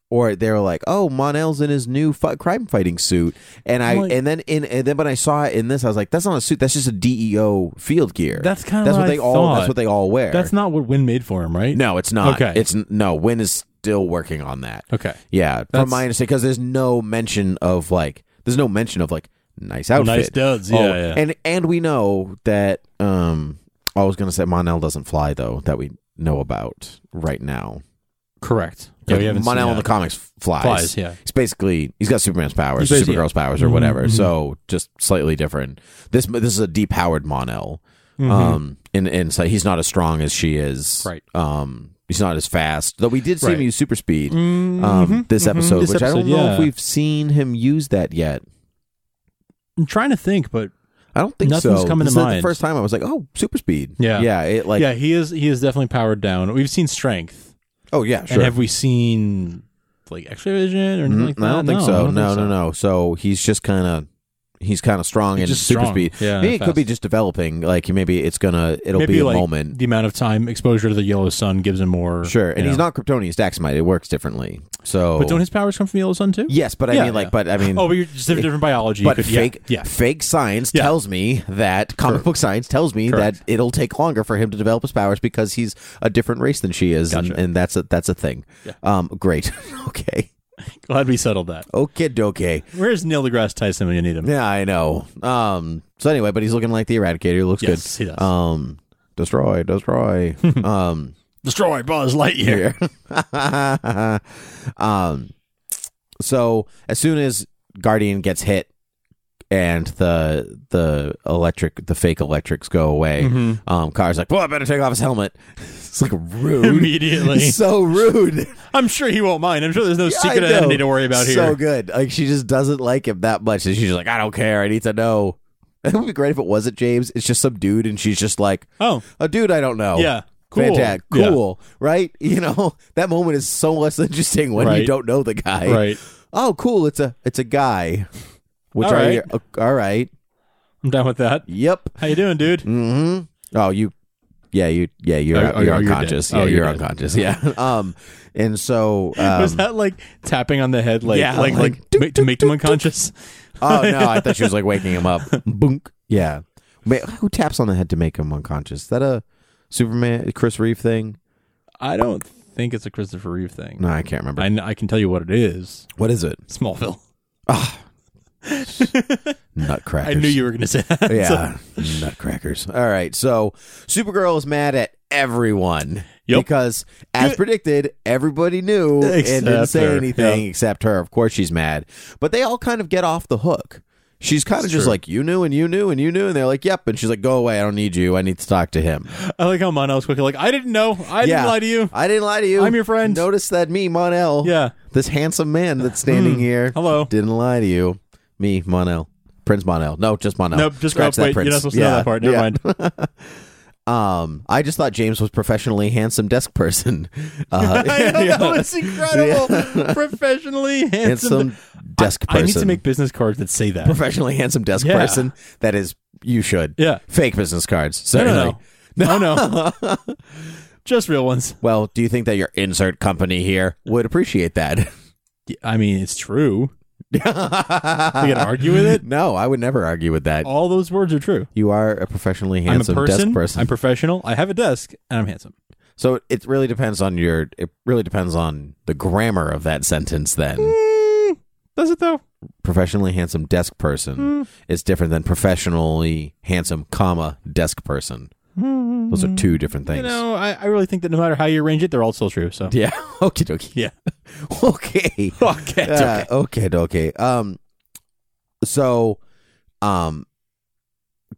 S3: or they were like, "Oh, Monel's in his new fi- crime fighting suit," and I
S2: I'm like-
S3: and then in and then when I saw it in this, I was like, "That's not a suit. That's just a DEO field gear.
S2: That's kinda
S3: that's
S2: what
S3: what,
S2: I
S3: they all
S2: thought.
S3: that's what they all wear.
S2: That's not what Wynn made for him, right?
S3: no, it's not.
S2: Okay.
S3: it's no. Win is still working on that.
S2: Okay.
S3: Yeah,
S2: That's-
S3: from my understanding, because there's no mention of like, there's no mention of like nice outfit,
S2: Nice duds, yeah, yeah.
S3: Oh, and and we know that. Um, I was gonna say Monel doesn't fly though that we know about right now.
S2: Correct. Yeah, we haven't seen
S3: Monel in the
S2: that.
S3: comics f- flies.
S2: Flies, yeah.
S3: he's basically he's got Superman's powers,
S2: He's basically- Mm-hmm,
S3: Supergirl's powers, or whatever. So just slightly different. This this is a depowered Monel. Um, and and so he's not as strong as she is.
S2: Mm-hmm. Right.
S3: Um, he's not as fast. Though we did see
S2: Right.
S3: him use super speed um, this episode,
S2: Mm-hmm. This
S3: which I don't
S2: episode,
S3: know
S2: yeah.
S3: if we've seen him use that yet.
S2: I'm trying to think, but
S3: I don't think
S2: Nothing's
S3: so.
S2: coming
S3: This
S2: to
S3: is
S2: mind.
S3: The first time I was like, oh, super speed.
S2: Yeah.
S3: yeah. It like,
S2: yeah, he is he is definitely powered down. We've seen strength,
S3: oh yeah, sure.
S2: and have we seen like X-ray vision or anything
S3: Mhm.
S2: like that?
S3: I don't think so.
S2: I don't
S3: no,
S2: think
S3: no, no. So he's just kind of he's kind of strong
S2: He's
S3: and
S2: just
S3: super
S2: strong.
S3: speed.
S2: Yeah,
S3: maybe it
S2: fast.
S3: could be just developing. Like maybe it's gonna it'll
S2: Maybe
S3: be a
S2: like
S3: moment.
S2: the amount of time exposure to the yellow sun gives him more.
S3: Sure, and
S2: you
S3: he's
S2: know.
S3: not Kryptonian. He's Daxamite. It works differently. So,
S2: But don't his powers come from the yellow sun too?
S3: yes, but I
S2: Yeah,
S3: mean, like,
S2: yeah.
S3: but I mean,
S2: Oh, but you're just different, different biology. You
S3: but
S2: could- yeah,
S3: fake,
S2: yeah.
S3: fake science
S2: Yeah.
S3: tells me that comic book science tells me
S2: Correct.
S3: that it'll take longer for him to develop his powers because he's a different race than she is, and,
S2: Gotcha.
S3: and that's a that's a thing.
S2: Yeah.
S3: Um, great. [LAUGHS] okay.
S2: Glad we settled that.
S3: Okay. Okay.
S2: Where's Neil deGrasse Tyson when you need him?
S3: Yeah, I know. Um. So anyway, but he's looking like the Eradicator. Looks
S2: Yes,
S3: good.
S2: he does.
S3: Um. Destroy,
S2: [LAUGHS]
S3: destroy. um.
S2: Destroy Buzz Lightyear.
S3: Here. [LAUGHS] um. So as soon as Guardian gets hit, and the the electric, the fake electrics go away,
S2: Mm-hmm.
S3: um, Car's like, "Well, I better take off his helmet." [LAUGHS] It's like rude.
S2: [LAUGHS] Immediately.
S3: It's [LAUGHS] so rude.
S2: I'm sure he won't mind. I'm sure there's
S3: [LAUGHS]
S2: no secret
S3: I know.
S2: identity to worry about here.
S3: So good. Like she just doesn't like him that much, and she's just like, I don't care. I need to know. [LAUGHS] It would be great if it wasn't James. It's just some dude, and she's just like,
S2: Oh,
S3: a dude I don't know.
S2: yeah. Cool.
S3: Fantastic.
S2: Yeah.
S3: Cool. Right? [LAUGHS] You know, that moment is so less interesting when
S2: Right.
S3: you don't know the guy.
S2: Right.
S3: Oh, cool. It's a it's a guy. Which
S2: All
S3: are
S2: right.
S3: you- uh, all right.
S2: I'm down with that.
S3: Yep.
S2: How you doing, dude?
S3: Mm-hmm. Oh, you. Yeah, you. Yeah, you're
S2: Oh, oh,
S3: you're
S2: you're dead.
S3: unconscious.
S2: Oh,
S3: yeah,
S2: you're
S3: you're,
S2: dead.
S3: unconscious. Yeah. [LAUGHS] um. And so. Um,
S2: was that like tapping on the head, like
S3: Yeah,
S2: like like,
S3: like,
S2: ma- to make them unconscious?
S3: Oh no, I thought she was like waking him [LAUGHS] up. Boonk. Yeah. Ma who taps on the head to make him unconscious? Is that a Superman Chris Reeve thing?
S2: I don't think it's a Christopher Reeve thing.
S3: No, I can't remember.
S2: I, kn- I can tell you what it is.
S3: what is it?
S2: Smallville.
S3: Nutcrackers.
S2: I knew you were going to say
S3: [LAUGHS]
S2: that. [LAUGHS]
S3: Yeah. Nutcrackers. All right. So Supergirl is mad at everyone
S2: Yep.
S3: because as predicted, everybody knew and didn't
S2: Except
S3: say
S2: her.
S3: anything
S2: Yep.
S3: except her. Of course she's mad. But they all kind of get off the hook. She's kind of just
S2: true.
S3: like, you knew and you knew and you knew. And they're like, yep. And she's like, go away. I don't need you. I need to talk to him.
S2: I like how Monel's quickly like, I didn't know. I didn't lie to you.
S3: I didn't lie to you.
S2: I'm your friend.
S3: Notice that me, Monel.
S2: Yeah. Hmm.
S3: This handsome man that's standing here.
S2: Hello.
S3: Didn't lie to you. Me, Monel. Prince Monel. No, just Monel.
S2: Nope. Just go.
S3: Scratch that
S2: Wait,
S3: Prince.
S2: you're not supposed to know
S3: Yeah,
S2: that part. Never
S3: yeah. [LAUGHS]
S2: mind. [LAUGHS]
S3: Um, I just thought James was professionally handsome desk person. [LAUGHS] Uh,
S2: [LAUGHS] I
S3: [LAUGHS]
S2: know
S3: yeah.
S2: that was
S3: [LAUGHS]
S2: incredible. [LAUGHS] Professionally handsome.
S3: handsome desk
S2: I
S3: person.
S2: need to make business cards that say that.
S3: professionally handsome desk
S2: Yeah.
S3: person. That is, you should.
S2: Yeah.
S3: Fake business cards.
S2: No,
S3: Certainly.
S2: no, no. no, no.
S3: [LAUGHS]
S2: Just real ones.
S3: Well, do you think that your insert company here would appreciate that? [LAUGHS]
S2: I mean, it's true.
S3: you
S2: You
S3: Uh,
S2: gonna argue
S3: [LAUGHS]
S2: with it?
S3: No, I would never argue with that.
S2: All those words are true.
S3: You are a professionally
S2: I'm a
S3: handsome
S2: person,
S3: desk person.
S2: I'm professional. I have a desk, and I'm handsome.
S3: so it really depends on your. It really depends on the grammar of that sentence. Then
S2: Mm, Does it though?
S3: professionally handsome desk
S2: Hmm.
S3: person is different than professionally handsome comma desk person. Those are two different things.
S2: Hmm. You know, I, I really think that no matter how you arrange it, they're all still true. So
S3: [LAUGHS] yeah. [LAUGHS] Okay. dokie.
S2: yeah.
S3: Okay.
S2: [LAUGHS] Okay.
S3: Uh, okay. Okay. Um. So, um,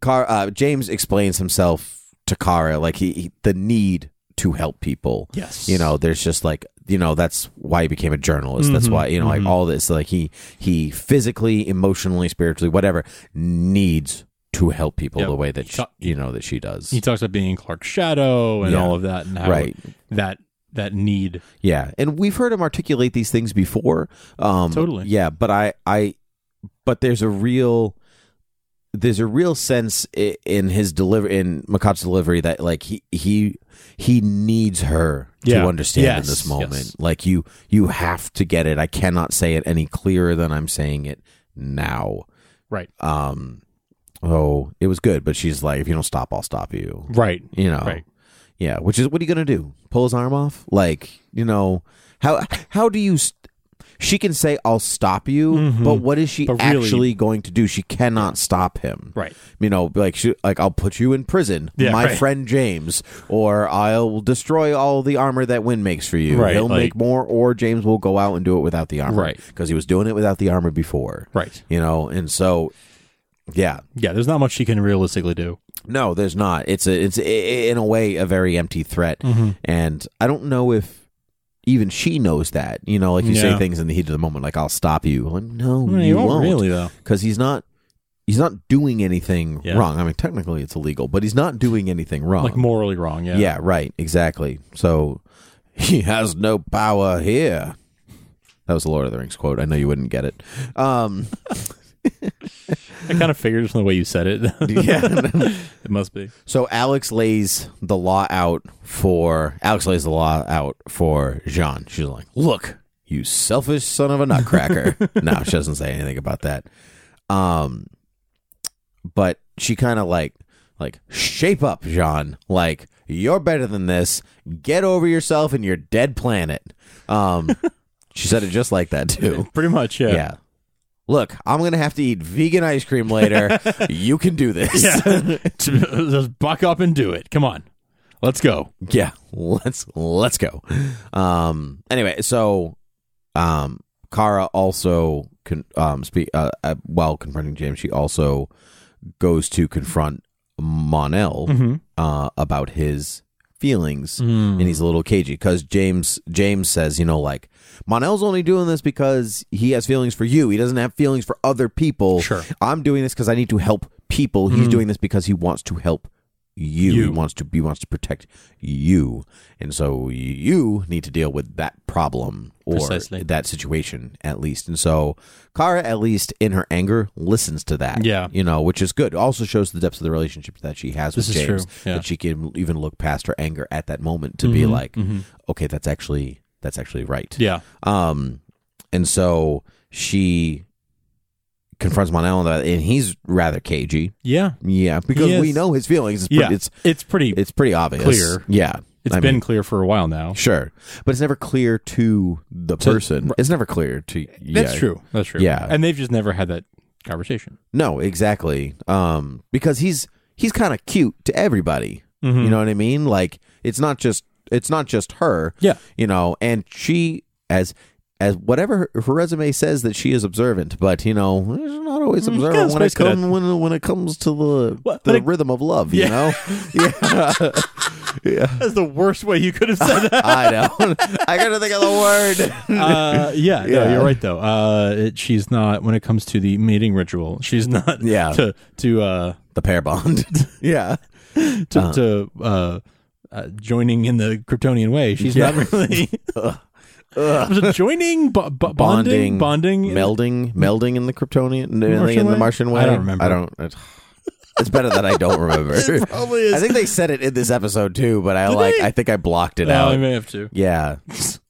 S3: Car uh, James explains himself to Kara like he, he the need to help people.
S2: Yes.
S3: you know there's just like you know that's why he became a journalist that's
S2: Mm-hmm.
S3: why you know like all this like he he physically emotionally spiritually whatever needs to help people
S2: Yep.
S3: the way that
S2: He
S3: sh
S2: ta-
S3: you know that she does
S2: he talks about being in Clark's shadow and
S3: Yeah.
S2: all of that, and how
S3: Right.
S2: that that need.
S3: yeah and we've heard him articulate these things before um
S2: Totally.
S3: yeah but i i but there's a real there's a real sense i- in his deliver in Makop's delivery that like he he he needs her
S2: Yeah.
S3: to understand
S2: Yes,
S3: in this moment.
S2: yes.
S3: Like you you have to get it. I cannot say it any clearer than I'm saying it now.
S2: Right.
S3: Um oh, it was good, but she's like if you don't stop, I'll stop you.
S2: Right.
S3: You know.
S2: Right.
S3: Yeah, which is what are you going to do? Pull his arm off? Like, you know, how how do you st- she can say I'll stop you, but what is she
S2: Mm-hmm. But really-
S3: actually going to do? She cannot stop him.
S2: Right.
S3: You know, like she, like I'll put you in prison,
S2: Yeah,
S3: my
S2: right.
S3: friend James, or I'll destroy all the armor that Win makes for you.
S2: Right,
S3: He'll
S2: like-
S3: make more, or James will go out and do it without the armor,
S2: Right.
S3: Because he was doing it without the armor before,
S2: Right.
S3: You know, and so yeah,
S2: Yeah, there's not much she can realistically do.
S3: no, there's not. It's a it's i i- in a way a very empty threat,
S2: Mm-hmm.
S3: and I don't know if even she knows that. You know, like you
S2: Yeah.
S3: say things in the heat of the moment, like "I'll stop you." Like, no,
S2: No,
S3: you,
S2: you
S3: won't,
S2: won't really, though.
S3: because he's not he's not doing anything
S2: Yeah.
S3: wrong. I mean, technically it's illegal, but he's not doing anything wrong.
S2: Like morally wrong. Yeah.
S3: yeah. right, exactly. So [LAUGHS] he has no power here. That was the Lord of the Rings quote. I know you wouldn't get it. Um,
S2: I kind of figured from the way you said it. [LAUGHS]
S3: yeah.
S2: it must be.
S3: So Alex lays the law out for Alex lays the law out for Jean. She's like, "Look, you selfish son of a
S2: [LAUGHS]
S3: nutcracker." no, she doesn't say anything about that. Um, but she kind of like like shape up, Jean. Like you're better than this. Get over yourself and your dead planet. Um,
S2: [LAUGHS]
S3: she said it just like that too.
S2: Pretty much. Yeah.
S3: Yeah. Look, I'm gonna have to eat vegan ice cream
S2: [LAUGHS]
S3: later. you can do this.
S2: Yeah. [LAUGHS] Just buck up and do it. Come on. Let's go.
S3: yeah [LAUGHS] let's let's go um anyway so um kara also con- um speak uh, uh, while confronting james she also goes to confront monel
S2: Mm-hmm.
S3: uh about his feelings
S2: Mm.
S3: and he's a little cagey because james james says you know like monel's only doing this because he has feelings for you he doesn't have feelings for other people
S2: Sure. Mm.
S3: i'm doing this because i need to help people he's doing this because he wants to help you.
S2: You.
S3: He wants to he wants to protect you, and so you need to deal with that problem or
S2: Precisely.
S3: that situation at least. And so Kara, at least in her anger, listens to that.
S2: Yeah.
S3: you know, which is good. Also shows the depths of the relationship that she has
S2: This
S3: with
S2: is true,
S3: James.
S2: yeah. Mm-hmm.
S3: That she can even look past her anger at that moment to be like, okay, that's actually that's actually right.
S2: Yeah.
S3: Um, and so she confronts Monel on that, and he's rather cagey.
S2: Yeah.
S3: Yeah, because
S2: He
S3: we
S2: is-
S3: know his feelings. It's,
S2: Yeah.
S3: pretty, it's
S2: It's pretty. It's
S3: it's pretty obvious.
S2: Clear.
S3: Yeah. it's
S2: been clear for a while now.
S3: sure, but it's never clear to the person. It's never clear to.
S2: That's
S3: yeah.
S2: true. That's true.
S3: Yeah.
S2: And they've just never had that conversation.
S3: No, exactly. Um, because he's he's kind of cute to everybody.
S2: Mm-hmm.
S3: You know what I mean? Like it's not just it's not just her.
S2: Yeah.
S3: You know, and she as as whatever her, her resume says that she is observant, but you know, she's not always
S2: Mm,
S3: observant when
S2: space
S3: it
S2: cadet.
S3: comes when when it comes to the
S2: What-
S3: the
S2: when it-
S3: rhythm of love.
S2: Yeah.
S3: You
S2: [LAUGHS]
S3: know. yeah. [LAUGHS] yeah.
S2: That's the worst way you could have said that.
S3: I don't. [LAUGHS] I gotta think of the word. [LAUGHS]
S2: [LAUGHS] uh, yeah, No,
S3: Yeah.
S2: you're right though. Uh, it, she's not when it comes to the mating ritual. [LAUGHS] She's not.
S3: Yeah.
S2: To to uh
S3: The pair bond. [LAUGHS] yeah.
S2: to
S3: Uh-huh.
S2: to uh, uh joining in the Kryptonian way. She's not
S3: [LAUGHS]
S2: [LAUGHS] really. Was it joining, bo- bo- bonding,
S3: Bonding,
S2: bonding,
S3: melding, melding in the Kryptonian, melding in
S2: way?
S3: the Martian way.
S2: I don't remember.
S3: I don't. It's, it's better that I
S2: [LAUGHS]
S3: don't remember.
S2: [LAUGHS] probably is.
S3: I think they said it in this episode too, but I
S2: Did
S3: like.
S2: they? Oh,
S3: I think I blocked it
S2: No,
S3: out.
S2: I may have to.
S3: yeah,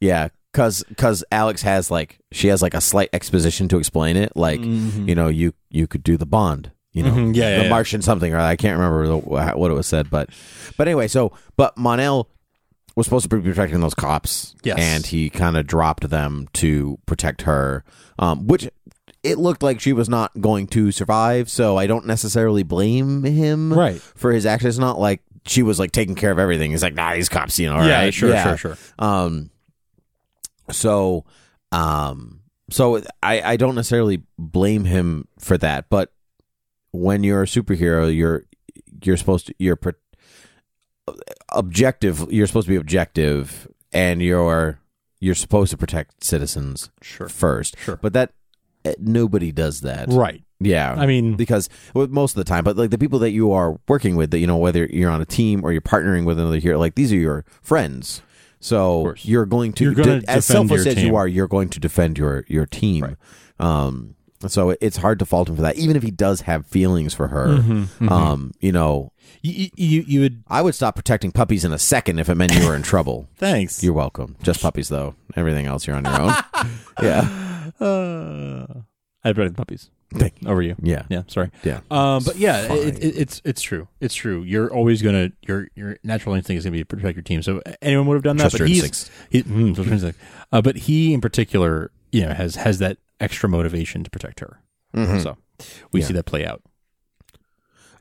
S3: yeah. Cause, cause Alex has like she has like a slight exposition to explain it. Like you know, you you could do the bond. You know,
S2: Mhm, Mm-hmm. yeah,
S3: the
S2: yeah, yeah.
S3: Martian something or I can't remember the, what it was said, but but anyway. So, but Monel was supposed to be protecting those cops.
S2: Yes.
S3: And he kind of dropped them to protect her, um, which it looked like she was not going to survive. So I don't necessarily blame him
S2: Right.
S3: for his actions. It's not like she was like taking care of everything. He's like, nah, these cops, you know, all right,
S2: yeah, sure, sure, sure.
S3: Um, so, um, so I, I don't necessarily blame him for that, but when you're a superhero, you're you're supposed to you're pro- objective. You're supposed to be objective, and you're you're supposed to protect citizens
S2: Sure.
S3: first.
S2: Sure.
S3: but that eh, nobody does that,
S2: Right.
S3: Yeah,
S2: I mean,
S3: because well, most of the time, but like the people that you are working with, that you know, whether you're on a team or you're partnering with another hero, like these are your friends. So
S2: course.
S3: you're going to,
S2: You're gonna
S3: as
S2: defend
S3: selfless
S2: your
S3: as
S2: team.
S3: you are, you're going to defend your your team. Um, So it- it's hard to fault him for that, even if he does have feelings for her.
S2: Mm-hmm,
S3: Um, you know,
S2: You, you, you would.
S3: I would stop protecting puppies in a second if it meant you were in
S2: [LAUGHS]
S3: trouble.
S2: Thanks.
S3: You're welcome. Just puppies, though. Everything else, you're on your
S2: [LAUGHS]
S3: own. yeah.
S2: Uh, I'd rather the puppies.
S3: Thank
S2: Over you.
S3: Yeah.
S2: Yeah, sorry.
S3: Yeah.
S2: Um, but yeah,
S3: Fine.
S2: it, it, it's it's true. It's true. You're always gonna your your natural instinct is gonna be to protect your team. So anyone would have done that.
S3: Trust
S2: but
S3: your
S2: he's-
S3: instincts.
S2: he- mm, trust your instincts. Uh, but he in particular, you know, has has that extra motivation to protect her.
S3: Mm-hmm.
S2: So we see that play out.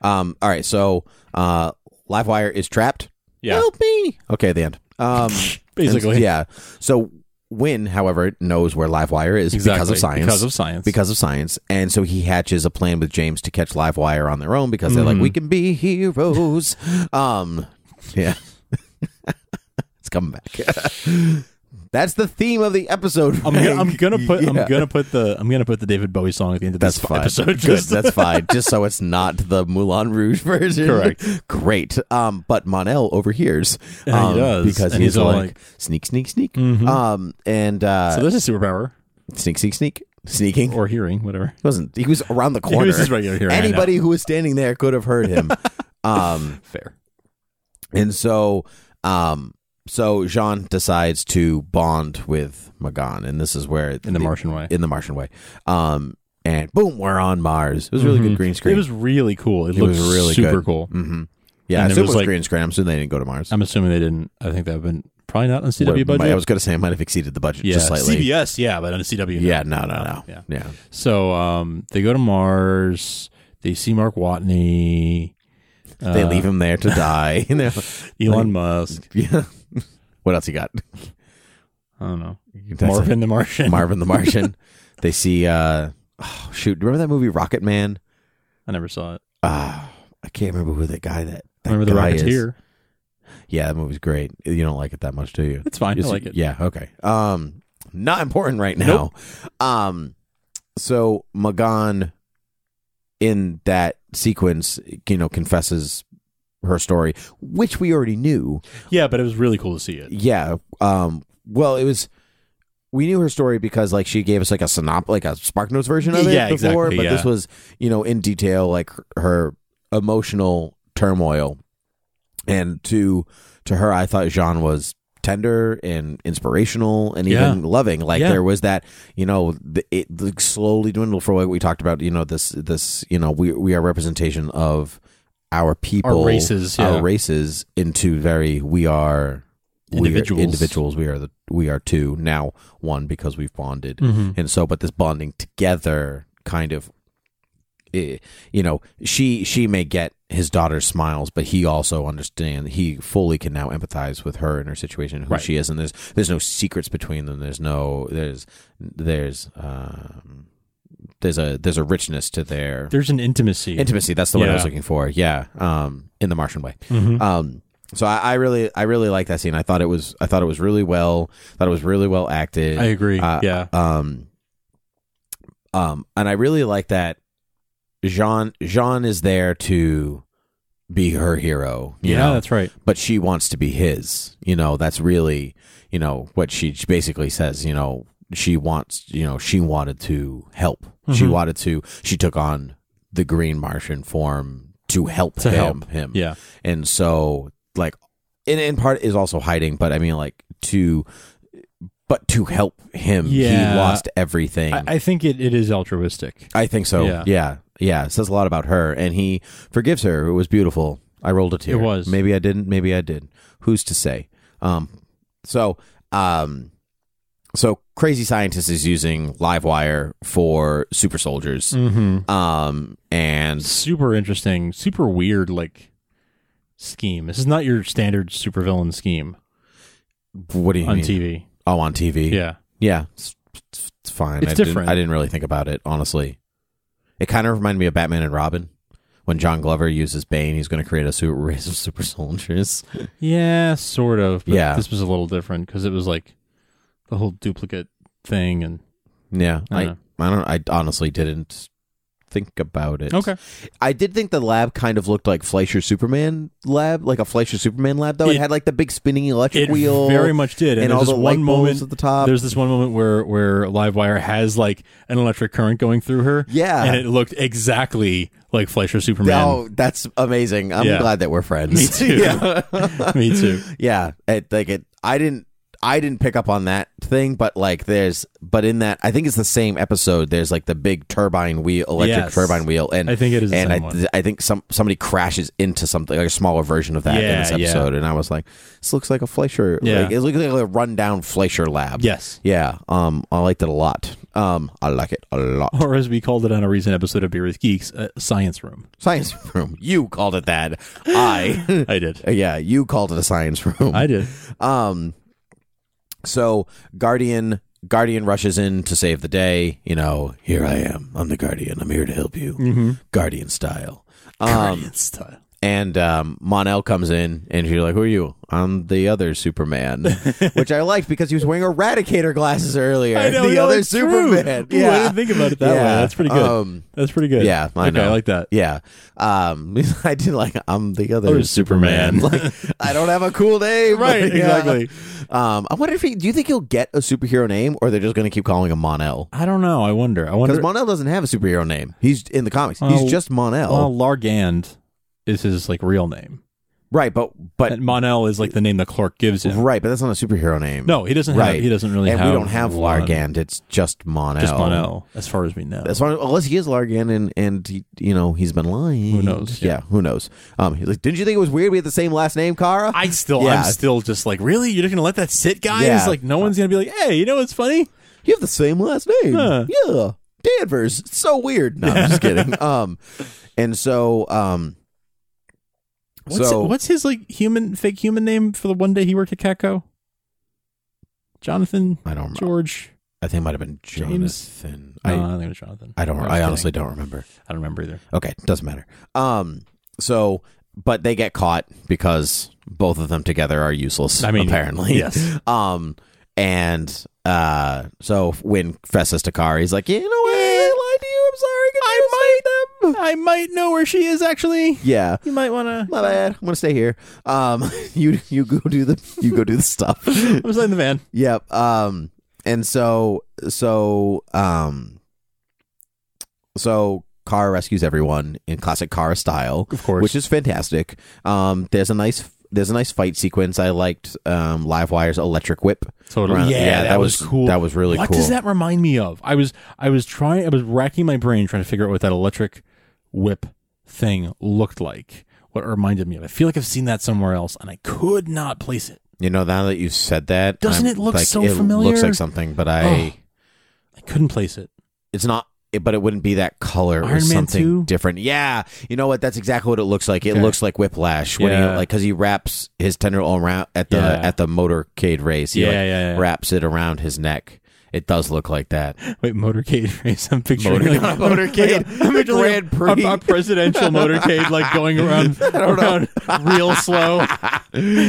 S3: Um, all right. So uh, Livewire is trapped.
S2: Yeah.
S3: Help me. Okay, the end. Um,
S2: [LAUGHS] Basically.
S3: and- yeah. So Win, however, knows where Livewire is because
S2: Exactly.
S3: of science.
S2: Because of science.
S3: because of science. And so he hatches a plan with James to catch Livewire on their own because they're like,
S2: Mm-hmm.
S3: we can be heroes. Um, yeah. [LAUGHS] it's coming back. [LAUGHS] That's the theme of the episode.
S2: I'm gonna,
S3: [LAUGHS]
S2: I'm gonna put
S3: Yeah.
S2: I'm gonna put the I'm gonna put the David Bowie song at the end of
S3: That's
S2: this
S3: fine.
S2: episode.
S3: Good.
S2: [LAUGHS] just-
S3: That's fine. Just so it's not the Moulin Rouge version.
S2: Correct.
S3: Great. Um, but Monel overhears.
S2: he
S3: um,
S2: does.
S3: because
S2: And
S3: he's,
S2: he's all
S3: like,
S2: like- Mm-hmm.
S3: sneak, sneak, sneak. Um, and uh,
S2: so there's a superpower
S3: sneak, sneak, sneak, sneaking.
S2: or hearing, whatever.
S3: He wasn't. He was
S2: [LAUGHS]
S3: around the corner.
S2: was just right here, I know.
S3: Anybody who was standing there could have heard
S2: [LAUGHS]
S3: him. um,
S2: Fair.
S3: and so, um, so Jean decides to bond with Magan, and this is where
S2: In the Martian way.
S3: in the Martian way. Um, and boom, we're on Mars. It was a really good green screen.
S2: Mm-hmm. It was really cool. It,
S3: It
S2: looked
S3: was really
S2: super
S3: good.
S2: cool.
S3: hmm Yeah, I
S2: And it
S3: assume it
S2: was
S3: was
S2: like- Um,
S3: green screen. I'm assuming they didn't go to Mars.
S2: I'm assuming they didn't. I think that would have been probably not on CW
S3: What-
S2: budget.
S3: I was going to say it might have exceeded the budget
S2: yeah,
S3: just slightly.
S2: CBS, yeah, but on a CW. no.
S3: Yeah, no, no, no.
S2: Yeah.
S3: yeah.
S2: So um, they go to Mars. They see Mark Watney, Uh,
S3: They leave him
S2: [LAUGHS]
S3: there to die. [LAUGHS] You know?
S2: Elon Musk.
S3: yeah. What else you got? [LAUGHS]
S2: I don't know.
S3: That's
S2: Marvin the Martian.
S3: Marvin the Martian. they see uh oh, shoot, remember that movie Rocket Man?
S2: [LAUGHS] I never saw it.
S3: Uh, I can't remember who that guy that, that
S2: Remember the
S3: guy is.
S2: Rocketeer?
S3: Yeah, that movie's great. You don't like it that much, do you?
S2: It's fine. I
S3: Yes,
S2: like it.
S3: Yeah, okay. Um not important right now. Um so Magan in that sequence, you know, confesses her story, which we already knew.
S2: Yeah, but it was really cool to see it.
S3: Yeah. Um well it was we knew her story because like she gave us like a synop like a spark notes version of it
S2: Yeah,
S3: before,
S2: exactly,
S3: but this
S2: yeah.
S3: was, you know, in detail like her emotional turmoil. And to to her I thought Jean was tender and inspirational and even loving like
S2: Yeah.
S3: there was that you know the, it the slowly dwindled for what we talked about you know this this you know we we are representation of our people
S2: races, yeah.
S3: our races into very we are
S2: Individuals.
S3: we are individuals we are the we are two now one because we've bonded
S2: Mm-hmm.
S3: and so but this bonding together kind of eh, you know she she may get his daughter's smiles but he also understand he fully can now empathize with her and her situation and who
S2: Right.
S3: she is and there's there's no secrets between them there's no there's there's um there's a there's a richness to their
S2: There's an intimacy.
S3: intimacy that's the word i was
S2: Yeah.
S3: looking for yeah um in the martian way
S2: Mhm.
S3: um so I, I really i really like that scene i thought it was i thought it was really well thought it was really well acted
S2: I agree.
S3: uh,
S2: yeah.
S3: um um and i really like that jean jean is there to be her hero you
S2: yeah,
S3: know
S2: that's right.
S3: but she wants to be his you know that's really you know what she basically says you know she wants you know she wanted to help she
S2: Mm-hmm.
S3: wanted to she took on the green martian form to help
S2: To
S3: him
S2: help.
S3: him
S2: Yeah.
S3: and so like and in part is also hiding but i mean like to but to help him
S2: Yeah.
S3: he lost everything
S2: I, I think it, it is altruistic.
S3: I think so
S2: Yeah.
S3: yeah. yeah it says a lot about her and he forgives her it was beautiful i rolled a tear
S2: It was.
S3: maybe i didn't maybe i did who's to say um so um so crazy scientist is using live wire for super soldiers
S2: Mm-hmm.
S3: um and
S2: super interesting, super weird like scheme. This is not your standard supervillain scheme
S3: what do you
S2: on
S3: mean
S2: TV.
S3: oh on tv
S2: Yeah.
S3: Yeah, it's, it's- it's fine.
S2: It's
S3: I didn't-
S2: different.
S3: I didn't really think about it, honestly. It kind of reminded me of Batman and Robin. When John Glover uses Bane, he's going to create a super [LAUGHS] race of super soldiers.
S2: Yeah, sort of. But
S3: Yeah.
S2: This was a little different because it was like the whole duplicate thing and
S3: Yeah,
S2: I
S3: I,
S2: know.
S3: I don't. I honestly didn't think about it.
S2: Okay.
S3: I did think the lab kind of looked like Fleischer Superman lab, like a Fleischer Superman lab, though. It,
S2: It-
S3: had like the big spinning electric
S2: It
S3: wheel.
S2: very much did, and,
S3: and
S2: there's
S3: all
S2: this
S3: the light
S2: one
S3: bulbs
S2: moment
S3: at the top.
S2: There's this one moment where where Livewire has like an electric current going through her.
S3: Yeah.
S2: and it looked exactly like Fleischer Superman.
S3: Oh, that's amazing. I'm
S2: Yeah.
S3: glad that we're friends.
S2: Me too.
S3: yeah.
S2: [LAUGHS] Me too.
S3: yeah. It, like it I didn't I didn't pick up on that thing, but like there's but in that I think it's the same episode, there's like the big turbine wheel electric
S2: Yes.
S3: turbine wheel and
S2: I think it is the
S3: and
S2: same
S3: I
S2: one.
S3: I think some somebody crashes into something like a smaller version of that in
S2: Yeah,
S3: this
S2: yeah.
S3: episode and I was like, This looks like a Fleischer
S2: Yeah.
S3: like, it looks like a rundown Fleischer lab.
S2: Yes.
S3: Yeah. Um I liked it a lot. Um I like it a
S2: [LAUGHS]
S3: lot.
S2: Or as we called it on a recent episode of Beer with Geeks, a science room.
S3: Science room. You called it that. I [LAUGHS]
S2: I did.
S3: Yeah, you called it a science room.
S2: I did.
S3: Um, so Guardian Guardian rushes in to save the day. You know, here I am. I'm the Guardian. I'm here to help you,
S2: Mm-hmm.
S3: Guardian style. Um,
S2: style.
S3: and um, Monel comes in, and she's like, "Who are you? I'm the other
S2: [LAUGHS]
S3: Superman," which I liked because he was wearing Eradicator glasses earlier.
S2: I know
S3: the
S2: no,
S3: other
S2: it's true.
S3: Superman.
S2: Ooh, I didn't think about it that way.
S3: Yeah.
S2: That's pretty good.
S3: Um,
S2: That's pretty good.
S3: yeah, I
S2: okay,
S3: know.
S2: I like that.
S3: Yeah. Um, [LAUGHS] I did like I'm the other
S2: Other
S3: Superman.
S2: Superman.
S3: like I don't have a cool name.
S2: [LAUGHS] Right,
S3: but
S2: exactly.
S3: Um, I wonder if he do you think he'll get a superhero name or they're just gonna keep calling him Monel?
S2: I don't know. I wonder. I
S3: Because
S2: wonder.
S3: Monel doesn't have a superhero name. He's in the comics. He's
S2: Well,
S3: just Monel.
S2: well, Largand is his like real name,
S3: right, but but
S2: and Monel is like the name that Clark gives him.
S3: right, but that's not a superhero name.
S2: No, [LAUGHS] he doesn't.
S3: Right.
S2: Have, he doesn't really.
S3: and
S2: have
S3: we don't have
S2: one.
S3: Largand, it's just Monel.
S2: Just Monel, as far as we know.
S3: As far unless he is Largan and and he, you know he's been lying.
S2: Who knows?
S3: Yeah,
S2: Yeah.
S3: who knows? Um, he's like, didn't you think it was weird we had the same last name, Kara?
S2: I still,
S3: Yeah.
S2: I'm still just like, really, you're just gonna let that sit, guys?
S3: Yeah.
S2: Like, no one's gonna be like, hey, you know what's funny?
S3: You have the same last name.
S2: Huh.
S3: Yeah. Danvers. It's so weird. No, I'm just
S2: [LAUGHS]
S3: kidding. Um and so um
S2: What's,
S3: so
S2: what's his like human, fake human name for the one day he worked at Catco? Jonathan
S3: I don't remember.
S2: George.
S3: I think it might have been
S2: James?
S3: Jonathan.
S2: No, I,
S3: I,
S2: don't think it was Jonathan.
S3: I don't
S2: was
S3: I
S2: kidding.
S3: honestly don't remember.
S2: I don't remember either.
S3: Okay, doesn't matter. Um so but they get caught because both of them together are useless
S2: I mean,
S3: apparently. [LAUGHS]
S2: yes.
S3: Um and uh so when Festus Takari's like, you know what? I lied to you. I'm sorry. I might them.
S2: [LAUGHS] I might know where she is. Actually,
S3: Yeah.
S2: you might want to.
S3: my bad. I'm gonna stay here. Um, [LAUGHS] you you go do the you go do the stuff. [LAUGHS]
S2: I was in the van.
S3: yep. Um, and so so um, so Kara rescues everyone in classic Kara style,
S2: Of course.
S3: which is fantastic. Um, there's a nice there's a nice fight sequence. I liked um Livewire's electric whip.
S2: Totally.
S3: Around-
S2: Yeah, that was cool.
S3: That was really
S2: what
S3: cool.
S2: does that remind me of? I was, I was trying, I was racking my brain trying to figure out what that electric whip thing looked like. What it reminded me of? I feel like I've seen that somewhere else, and I could not place it.
S3: you know, now that you've said that,
S2: Doesn't it look
S3: like,
S2: so
S3: it
S2: familiar?
S3: Looks like something, but I.
S2: Oh. I couldn't place it.
S3: it's not it- but it wouldn't be that color or
S2: Iron Man
S3: something
S2: 2?
S3: different. Yeah, you know what? That's exactly what it looks like. It
S2: Okay.
S3: looks like Whiplash when he
S2: Yeah.
S3: like because he wraps his tendril around at the
S2: Yeah.
S3: at the motorcade race. He
S2: Yeah,
S3: like,
S2: yeah, yeah.
S3: wraps it around his neck. It does look like
S2: [LAUGHS]
S3: that.
S2: [LAUGHS] Wait, motorcade race. I'm picturing
S3: Motor-
S2: like,
S3: not a [LAUGHS] motorcade,
S2: Like a,
S3: the
S2: I'm picturing like
S3: Grand
S2: a-
S3: Prix.
S2: [LAUGHS] a, a presidential motorcade, like
S3: [LAUGHS]
S2: going around, around real slow,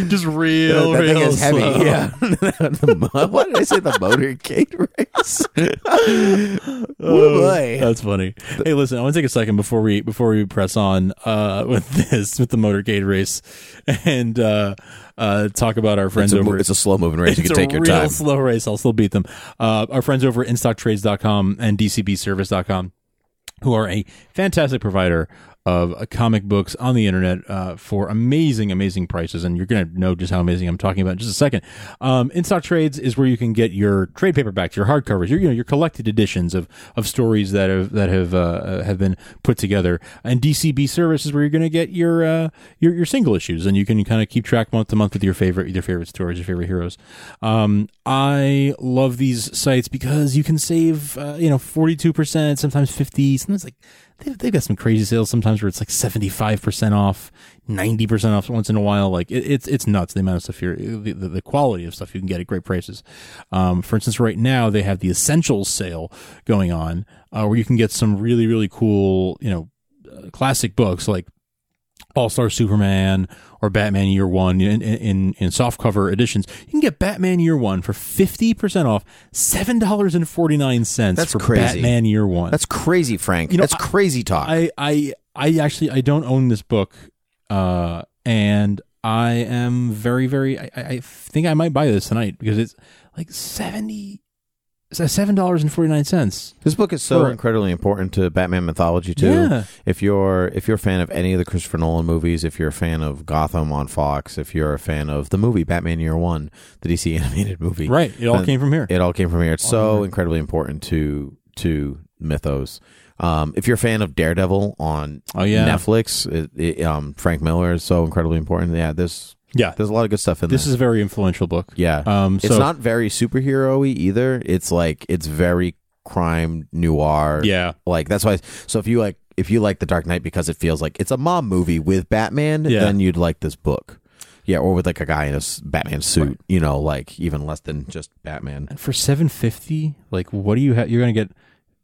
S2: just real,
S3: that
S2: real
S3: thing is heavy.
S2: slow.
S3: Yeah. [LAUGHS] The mo- what did I say? The motorcade race. [LAUGHS]
S2: [LAUGHS]
S3: oh, boy.
S2: That's funny. Hey, listen, I want to take a second before we before we press on uh, [LAUGHS] with this with the motorcade race and uh, uh, talk about our
S3: it's,
S2: friends
S3: a,
S2: over.
S3: mo- it's a slow moving race. you
S2: It's
S3: can
S2: a
S3: take your
S2: real
S3: time.
S2: slow race. I'll still beat them. Uh, our friends over at InStockTrades.com and DCBService.com, who are a fantastic provider of uh, comic books on the internet uh, for amazing, amazing prices. And you're going to know just how amazing I'm talking about in just a second. Um, In Stock Trades is where you can get your trade paperbacks, your hardcovers, your you know your collected editions of of stories that have that have uh, uh, have been put together. And DCB Service is where you're going to get your uh, your your single issues, and you can kind of keep track month to month with your favorite your favorite stories, your favorite heroes. Um, I love these sites because you can save uh, you know forty two percent, sometimes fifty, sometimes like they've, they've got some crazy sales sometimes where it's like seventy five percent off, ninety percent off once in a while. Like it, it's it's nuts the amount of stuff here, the, the, the quality of stuff you can get at great prices. Um, for instance, right now they have the essentials sale going on uh, where you can get some really really cool you know uh, classic books like All Star Superman or Batman Year One in, in in softcover editions, you can get Batman Year One for fifty percent off, seven dollars and forty nine cents
S3: That's
S2: for
S3: crazy.
S2: Batman Year One.
S3: That's crazy, Frank.
S2: know,
S3: That's
S2: I-
S3: crazy talk.
S2: I I I actually I don't own this book, uh, and I am very very I, I I think I might buy this tonight because it's like seventy. Seven dollars and forty nine cents.
S3: this book is so
S2: For-
S3: incredibly important to Batman mythology too.
S2: Yeah,
S3: If you're if you're a fan of any of the Christopher Nolan movies, if you're a fan of Gotham on Fox, if you're a fan of the movie Batman Year One, the DC [LAUGHS] animated movie,
S2: right. It all
S3: And-
S2: came from here.
S3: It all came from here. It's
S2: All
S3: so
S2: from here.
S3: incredibly important to to mythos. Um, if you're a fan of Daredevil on
S2: Oh yeah,
S3: Netflix, it, it, um, Frank Miller is so incredibly important. Yeah, there's
S2: yeah.
S3: there's a lot of good stuff in
S2: This
S3: there.
S2: is a very influential book.
S3: yeah.
S2: Um, so
S3: it's not very superhero-y either. It's like it's very crime noir.
S2: yeah,
S3: like that's why. So if you like if you like The Dark Knight because it feels like it's a mob movie with Batman,
S2: Yeah.
S3: then you'd like this book. Yeah, or with like a guy in a s- Batman suit.
S2: Right.
S3: You know, like even less than just Batman.
S2: And for seven fifty, like what do you have? You're gonna get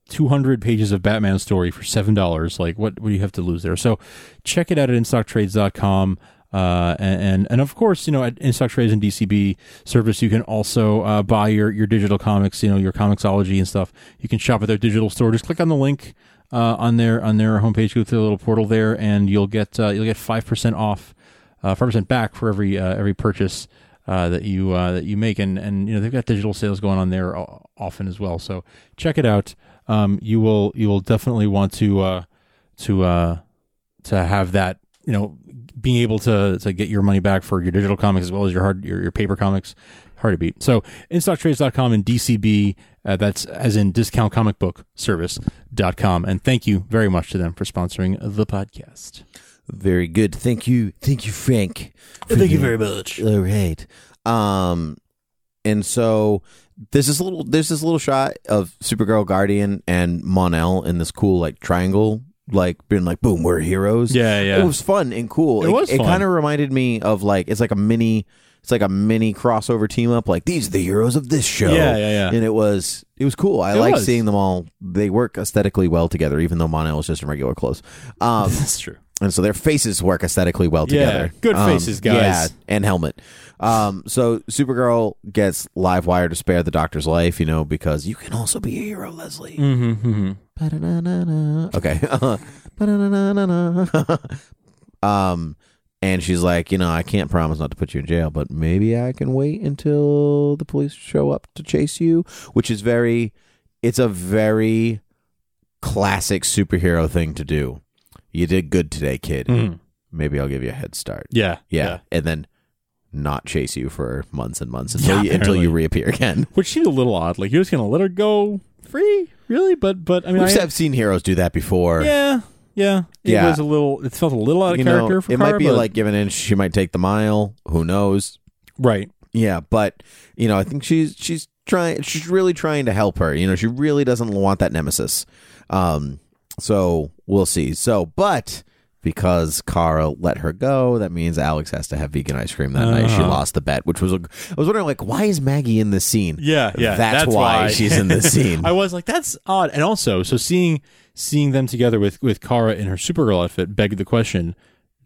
S2: two hundred pages of Batman story for seven dollars. Like what? What do you have to lose there? So check it out at InStockTrades.com. Uh, and, and and of course, you know at InStock Trades and DCB service, you can also uh, buy your your digital comics. You know your comicsology and stuff. You can shop at their digital store. Just click on the link uh, on their on their homepage. Go to the little portal there, and you'll get uh, you'll get five percent off, uh, five percent back for every uh, every purchase uh, that you uh, that you make, and and you know they've got digital sales going on there o- often as well. So check it out. Um, you will you will definitely want to uh, to uh, to have that you know being able to to get your money back for your digital comics as well as your hard your, your paper comics hard to beat so instocktrades.com and dcb uh, that's as in discount comic book service.com and thank you very much to them for sponsoring the podcast
S3: Very good. Thank you. Thank you, Frank.
S2: Thank you very much.
S3: All right. Um and so this is a little there's this little shot of Supergirl Guardian and Monel in this cool like triangle, like being like, boom, we're heroes.
S2: yeah
S3: It was fun and cool.
S2: It was
S3: It
S2: fun.
S3: kind of reminded me of like it's like a mini it's like a mini crossover team up, like these are the heroes of this show.
S2: yeah yeah yeah
S3: And it was it was cool. I
S2: It
S3: like
S2: was.
S3: seeing them all. They work aesthetically well together, even though Monel is just in regular clothes. Um, [LAUGHS]
S2: [LAUGHS] that's true
S3: and so their faces work aesthetically well
S2: Yeah,
S3: together.
S2: good
S3: Um,
S2: faces, guys.
S3: and helmet. Um, so Supergirl gets Livewire to spare the Doctor's life, you know, because you can also be a hero, Leslie.
S2: mm-hmm,
S3: Ba-da-na-na-na. Okay. [LAUGHS] Ba-da-na-na-na-na. um, and she's like, you know, I can't promise not to put you in jail, but maybe I can wait until the police show up to chase you, which is very, it's a very classic superhero thing to do. You did good today, kid. Maybe I'll give you a head start.
S2: Mm-hmm. yeah
S3: Yeah. And then not chase you for months and months until,
S2: Yeah,
S3: you, until you
S2: apparently.
S3: reappear again.
S2: which seemed a little odd like you're just gonna let her go free really but but i mean
S3: We've
S2: I,
S3: seen heroes do that before.
S2: yeah yeah it
S3: Yeah.
S2: was a little it felt a little out of
S3: you know,
S2: character for
S3: it might
S2: Kara,
S3: be
S2: but-
S3: like giving in. She might take the mile. Who knows?
S2: right
S3: Yeah, but you know, I think she's she's trying. She's really trying to help her. You know, she really doesn't want that nemesis. Um, so we'll see. So, but because Kara let her go, that means Alex has to have vegan ice cream that night. She
S2: Uh-huh.
S3: lost the bet, which was. A, I was wondering, like, why is Maggie in this scene?
S2: Yeah, yeah.
S3: That's why she's in
S2: [LAUGHS]
S3: this scene.
S2: I was like, that's odd. And also, so seeing seeing them together with with Kara in her Supergirl outfit begged the question: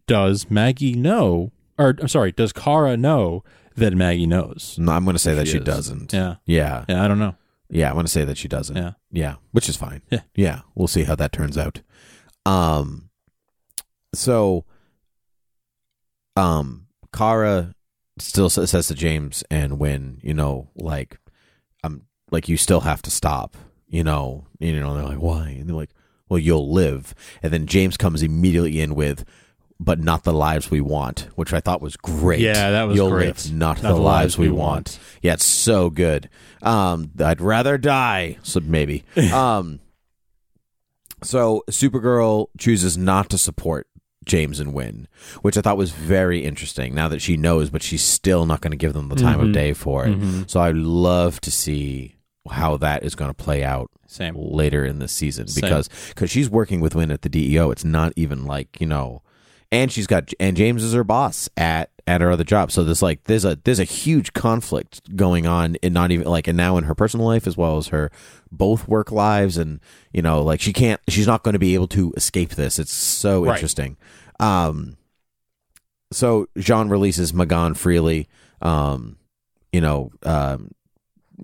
S2: Does Maggie know? Or I'm sorry, does Kara know that Maggie knows?
S3: No, I'm going to say that she,
S2: is.
S3: doesn't.
S2: Yeah,
S3: Yeah,
S2: yeah. I don't know.
S3: yeah. I'm going to say that she doesn't.
S2: Yeah,
S3: Yeah, which is fine.
S2: Yeah.
S3: we'll see how that turns out. Um so um Kara still sa- says to James and when, you know, like um like you still have to stop, you know, you know, and they're like, "Why?" And they're like, "Well, you'll live." And then James comes immediately in with but not the lives we want, which I thought was great.
S2: Yeah, that was
S3: You'll
S2: great.
S3: live, not, the, lives we want. Yeah, it's so good. Um, I'd rather die. So [LAUGHS] maybe. um, so Supergirl chooses not to support James and Win, which I thought was very interesting. Now that she knows, but she's still not going to give them the time of
S2: Mhm.
S3: day for it.
S2: Mhm.
S3: So I love to see how that is going to play out
S2: Same.
S3: later in the season
S2: Same.
S3: because cause she's working with Win at the DEO. It's not even like you know, and she's got and James is her boss at at her other job. So there's like there's a there's a huge conflict going on in not even like and now in her personal life as well as her both work lives and you know like she can't she's not going to be able to escape this. It's so
S2: Right.
S3: interesting. Um, so Jean releases Magan freely. Um, you know, um,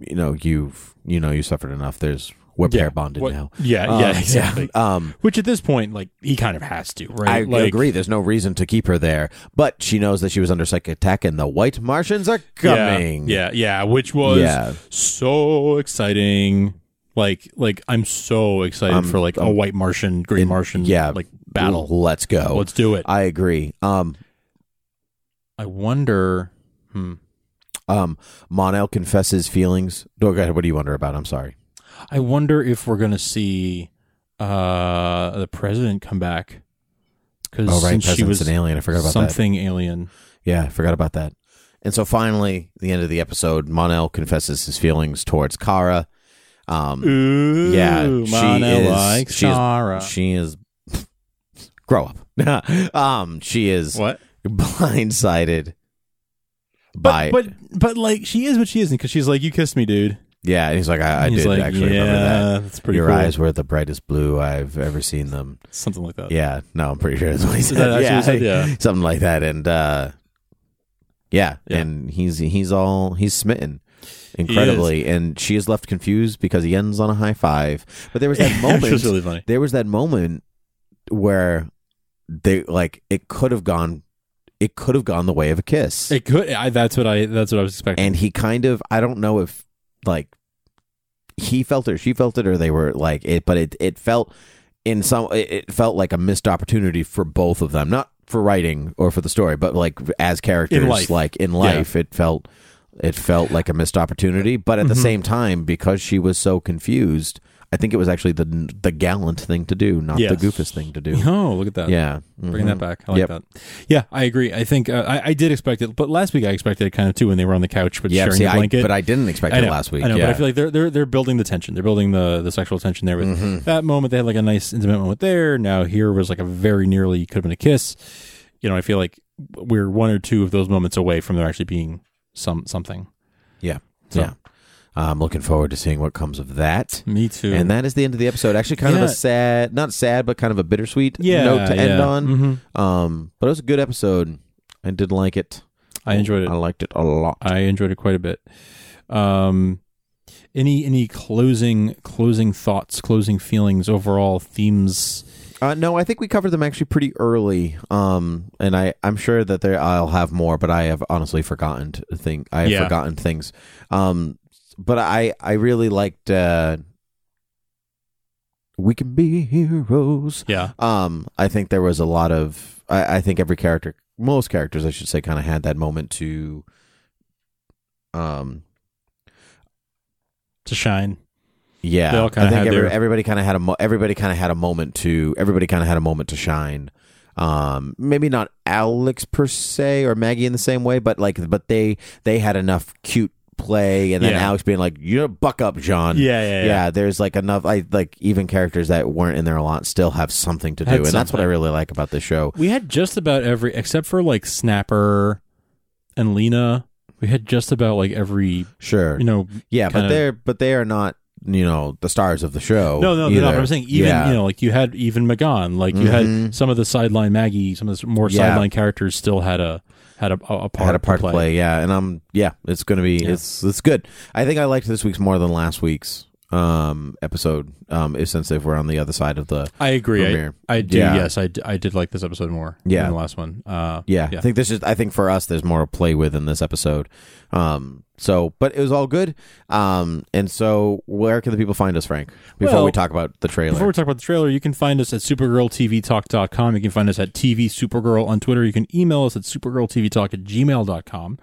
S3: you know, you've you know, you suffered enough. There's we're
S2: Yeah.
S3: pair bonded
S2: What-
S3: now.
S2: Yeah,
S3: Um,
S2: yeah, exactly.
S3: Um,
S2: Which at this point, like he kind of has to, right?
S3: I
S2: like,
S3: agree. There's no reason to keep her there, but she knows that she was under psych attack, and the White Martians are coming.
S2: Yeah, yeah, yeah, which was
S3: Yeah.
S2: so exciting. Like, like I'm so excited
S3: I'm-
S2: for like a
S3: I'm-
S2: white Martian, green
S3: Um, And-
S2: Martian,
S3: yeah.
S2: like battle.
S3: L- Let's go.
S2: Let's do it. I,
S3: I agree. Um,
S2: wonder. Hmm.
S3: um, Monel confesses feelings. Oh, go ahead. What do you wonder about? I'm sorry.
S2: I wonder if we're gonna see uh the president come back because
S3: Oh, right.
S2: since she
S3: President's
S2: was
S3: an alien. I forgot about that.
S2: something alien.
S3: Yeah, I forgot about that. And so finally, the end of the episode, Monel confesses his feelings towards Kara. Um,
S2: Ooh,
S3: yeah, she
S2: Mana
S3: is-
S2: likes
S3: she is-
S2: Sarah.
S3: she is [LAUGHS] grow up. [LAUGHS] um, she is
S2: what?
S3: blindsided by
S2: but but like she is, but she isn't because she's like, you kissed me, dude.
S3: yeah. And he's like, I, I
S2: And he's
S3: did
S2: like,
S3: actually
S2: yeah,
S3: remember that.
S2: That's pretty
S3: Your
S2: cool.
S3: eyes were the brightest blue I've ever seen them.
S2: something like [LAUGHS] that.
S3: Yeah, no, I'm pretty sure that's what he said.
S2: Uh, that actually
S3: yeah,
S2: what he said? Yeah.
S3: [LAUGHS] something like that. And uh, yeah,
S2: Yeah.
S3: and he's he's all he's smitten incredibly, and she is left confused because he ends on a high five. But there was
S2: [LAUGHS]
S3: that moment.
S2: Which was really funny.
S3: there was that moment where they like it could have gone, it could have gone the way of a kiss,
S2: It could. I, that's what I. That's what I was expecting.
S3: and he kind of I don't know if like he felt it, or she felt it, or they were like it, but it it felt in some it, it felt like a missed opportunity for both of them, not for writing or for the story, but like as characters,
S2: life.
S3: like in life, it felt it felt like a missed opportunity, but at
S2: Mm-hmm.
S3: the same time, because she was so confused, I think it was actually the the gallant thing to do, not
S2: Yes.
S3: the goofus thing
S2: [LAUGHS]
S3: to [LAUGHS] do.
S2: oh, look at that.
S3: Yeah,
S2: Bringing
S3: Mhm.
S2: that back. I like
S3: Yep.
S2: that. Yeah, I agree. I think uh, I, I did expect it, but last week I expected it kind of too when they were on the couch, but
S3: Yeah,
S2: sharing
S3: see,
S2: the
S3: I,
S2: blanket.
S3: but I didn't expect
S2: I
S3: it
S2: know,
S3: last week.
S2: I know,
S3: yeah.
S2: but I feel like they're they're they're building the tension. They're building the the sexual tension there with
S3: Mm-hmm.
S2: that moment. They had like a nice intimate moment there. Now here was like a very nearly could have been a kiss. You know, I feel like we're one or two of those moments away from there actually being some something.
S3: Yeah.
S2: So-
S3: Yeah. I'm looking forward to seeing what comes of that.
S2: Me too.
S3: And that is the end of the episode. Actually, kind
S2: Yeah.
S3: of a sad, not sad, but kind of a bittersweet
S2: yeah,
S3: note to end
S2: yeah.
S3: on.
S2: Mhm.
S3: Um, but it was a good episode. I did like it.
S2: I enjoyed it.
S3: I liked it a lot.
S2: I enjoyed it quite a bit. Um, any any closing closing thoughts, closing feelings, overall themes?
S3: Uh, no, I think we covered them actually pretty early. Um, and I, I'm sure that there I'll have more, but I have honestly forgotten to think I have
S2: Yeah.
S3: forgotten things. Um, but I, I really liked. Uh, we can be heroes.
S2: Yeah,
S3: Um, I think there was a lot of. I, I think every character, most characters, I should say, kind of had that moment to, um,
S2: to shine.
S3: yeah.
S2: They all kinda
S3: I think
S2: had
S3: every-
S2: their-
S3: everybody kind of had a mo- everybody kind of had a moment to everybody kind of had a moment to shine. Um, maybe not Alex per se or Maggie in the same way, but like, but they they had enough cute play, and then
S2: Yeah.
S3: Alex being like, "You're buck up, John."
S2: Yeah,
S3: yeah, there's like enough. I like even characters that weren't in there a lot still have something to do,
S2: Had
S3: and that's what I
S2: something.
S3: really like about this show.
S2: We had just about every, except for like Snapper and Lena. We had just about like every,
S3: Sure,
S2: you know.
S3: Yeah,
S2: kind
S3: but
S2: of-
S3: they're but they are not you know the stars of the show.
S2: No, no, no.
S3: Oh, either.
S2: But I'm saying even
S3: yeah.
S2: you know like you had even McGon, like you
S3: Mhm.
S2: had some of the sideline Maggie, some of the more
S3: Yeah.
S2: sideline characters still had a had a, a, a part
S3: had a part
S2: to play.
S3: Yeah, and I'm yeah, it's gonna be
S2: Yeah.
S3: it's it's good. I think I liked this week's more than last week's um episode um if- since if we're on the other side of the
S2: I agree. I,
S3: Premiere.
S2: I do.
S3: Yeah.
S2: Yes, I, d- I did like this episode more
S3: Yeah.
S2: than the last one. Uh,
S3: yeah,
S2: Yeah.
S3: I think this is I think for us there's more to play with in this episode. Um so but it was all good. Um and so where can the people find us, Frank? Before
S2: Well,
S3: we talk about the trailer.
S2: Before we talk about the trailer, you can find us at supergirltvtalk.com. You can find us at TV Supergirl on Twitter. You can email us at supergirltvtalk at gmail.com.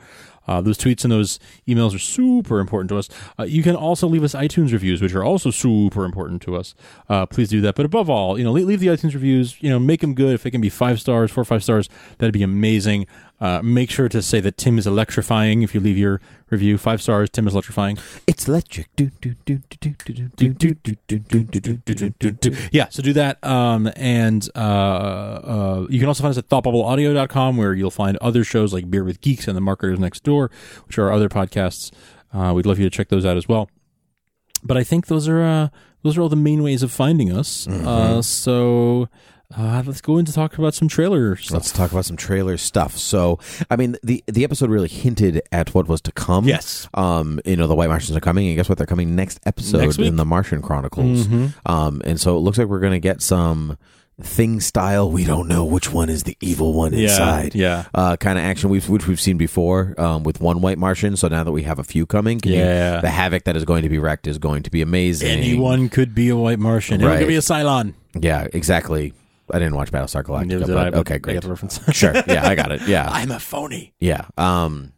S2: Uh, those tweets and those emails are super important to us. Uh, you can also leave us iTunes reviews, which are also super important to us. Uh, please do that. But above all, you know, leave, leave the iTunes reviews. You know, make them good. If they can be five stars, four or five stars, that'd be amazing. Uh, make sure to say that Tim is electrifying. If you leave your review five stars, Tim is electrifying.
S3: it's electric. Do, do, do, do, do, do, do, do, do, do, do, do, do, do, do, do, do.
S2: yeah so do that um, and uh, uh, you can also find us at thoughtbubbleaudio.com where you'll find other shows like beer with geeks and the marketers next door which are our other podcasts uh, we'd love you to check those out as well
S3: Mm-hmm.
S2: but i think those are uh, those are all the main ways of finding us uh, so Uh, let's go into talk about some trailer stuff.
S3: Let's talk about some trailer stuff. So, I mean, the the episode really hinted at what was to come.
S2: Yes.
S3: Um, you know, the White Martians are coming, and guess what? They're coming next episode
S2: Next week. Mm-hmm.
S3: in the Martian Chronicles. Um, and so it looks like we're gonna get some thing style. We don't know which one is the evil one inside.
S2: yeah.
S3: Uh, kind of action we've which we've seen before um, with one White Martian. So now that we have a few coming, can you-
S2: Yeah.
S3: the havoc that is going to be wrecked is going to be amazing.
S2: Anyone could be a white Martian. Anyone could
S3: Right.
S2: be a Cylon.
S3: Yeah, exactly. I didn't watch Battlestar
S2: Yeah,
S3: Galactica,
S2: but I-
S3: but okay,
S2: I got
S3: great.
S2: the reference. [LAUGHS]
S3: Sure. Yeah, I got it. Yeah.
S2: I'm a phony.
S3: Yeah. Um.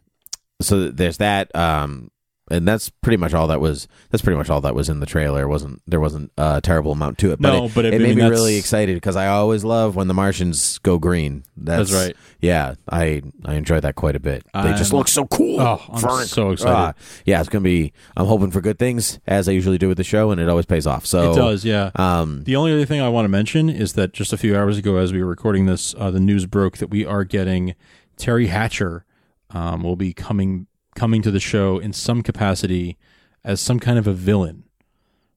S3: So there's that. Um. And that's pretty much all that was. That's pretty much all that was in the trailer. It wasn't there wasn't a terrible amount to it.
S2: No, but I
S3: it,
S2: mean,
S3: made me
S2: that's-
S3: really excited because I always love when the Martians go green. That's,
S2: That's right.
S3: Yeah, I I enjoy that quite a bit. They just
S2: I'm-
S3: look so cool.
S2: Oh, I'm
S3: Fern.
S2: so excited.
S3: Ah, yeah, it's gonna be. I'm hoping for good things as I usually do with the show, and it always pays off. So
S2: It does, yeah.
S3: Um.
S2: The only other thing I want to mention is that just a few hours ago, as we were recording this, uh, the news broke that we are getting Terry Hatcher um, will be coming coming to the show in some capacity as some kind of a villain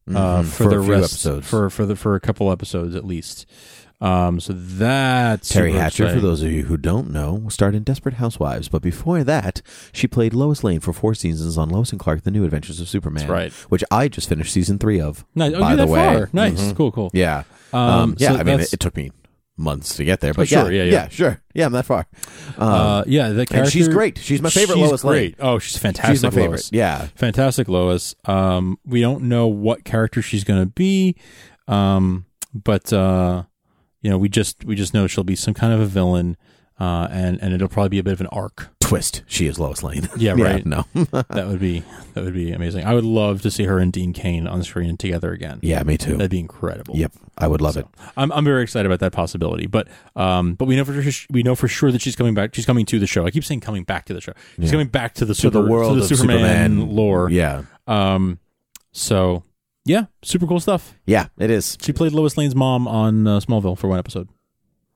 S2: uh,
S3: Mhm,
S2: for,
S3: for
S2: the
S3: a few
S2: rest
S3: episodes.
S2: for for the for a couple episodes at least. Um, so that's
S3: Terry
S2: super
S3: Hatcher,
S2: exciting.
S3: for those of you who don't know, starred in Desperate Housewives, but before that, she played Lois Lane for four seasons on Lois and Clark: The New Adventures of Superman,
S2: That's right.
S3: Which I just finished season three of.
S2: Nice. Oh,
S3: by
S2: you're
S3: the
S2: that
S3: way,
S2: far. Nice,
S3: Mhm.
S2: cool, cool.
S3: Yeah, um,
S2: Um,
S3: yeah.
S2: so
S3: I mean,
S2: that's- Oh,
S3: it, it took me months to get there, but
S2: sure, yeah, yeah.
S3: sure, yeah. I'm that far. Um,
S2: uh, yeah, that character.
S3: and she's great. She's my favorite
S2: she's
S3: Lois
S2: great.
S3: Lane.
S2: Oh, she's fantastic.
S3: She's my favorite.
S2: Lois.
S3: Yeah,
S2: fantastic Lois. Um, we don't know what character she's going to be, um, but uh, you know, we just we just know she'll be some kind of a villain, uh, and and it'll probably be a bit of an arc.
S3: twist. She is Lois Lane.
S2: Yeah,
S3: [LAUGHS]
S2: [LAUGHS] right.
S3: no.
S2: that would be that would be amazing. I would love to see her and Dean Kane on screen together again.
S3: yeah, me too.
S2: That'd be incredible.
S3: Yep, I would love it.
S2: I'm I'm very excited about that possibility. But um, but we know for sure, we know for sure that she's coming back. She's coming to the show. I keep saying coming back to the show. She's coming back to the
S3: To
S2: super,
S3: the world
S2: to the
S3: of
S2: Superman, lore.
S3: Yeah,
S2: Um, so yeah, super cool stuff.
S3: yeah, it is.
S2: She played Lois Lane's mom on uh, Smallville for one episode.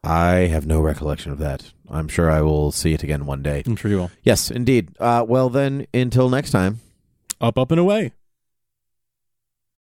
S3: I have no recollection of that. I'm sure I will see it again one day.
S2: I'm sure you will.
S3: Yes, indeed. Uh, well, then, until next time.
S2: Up, up, and away.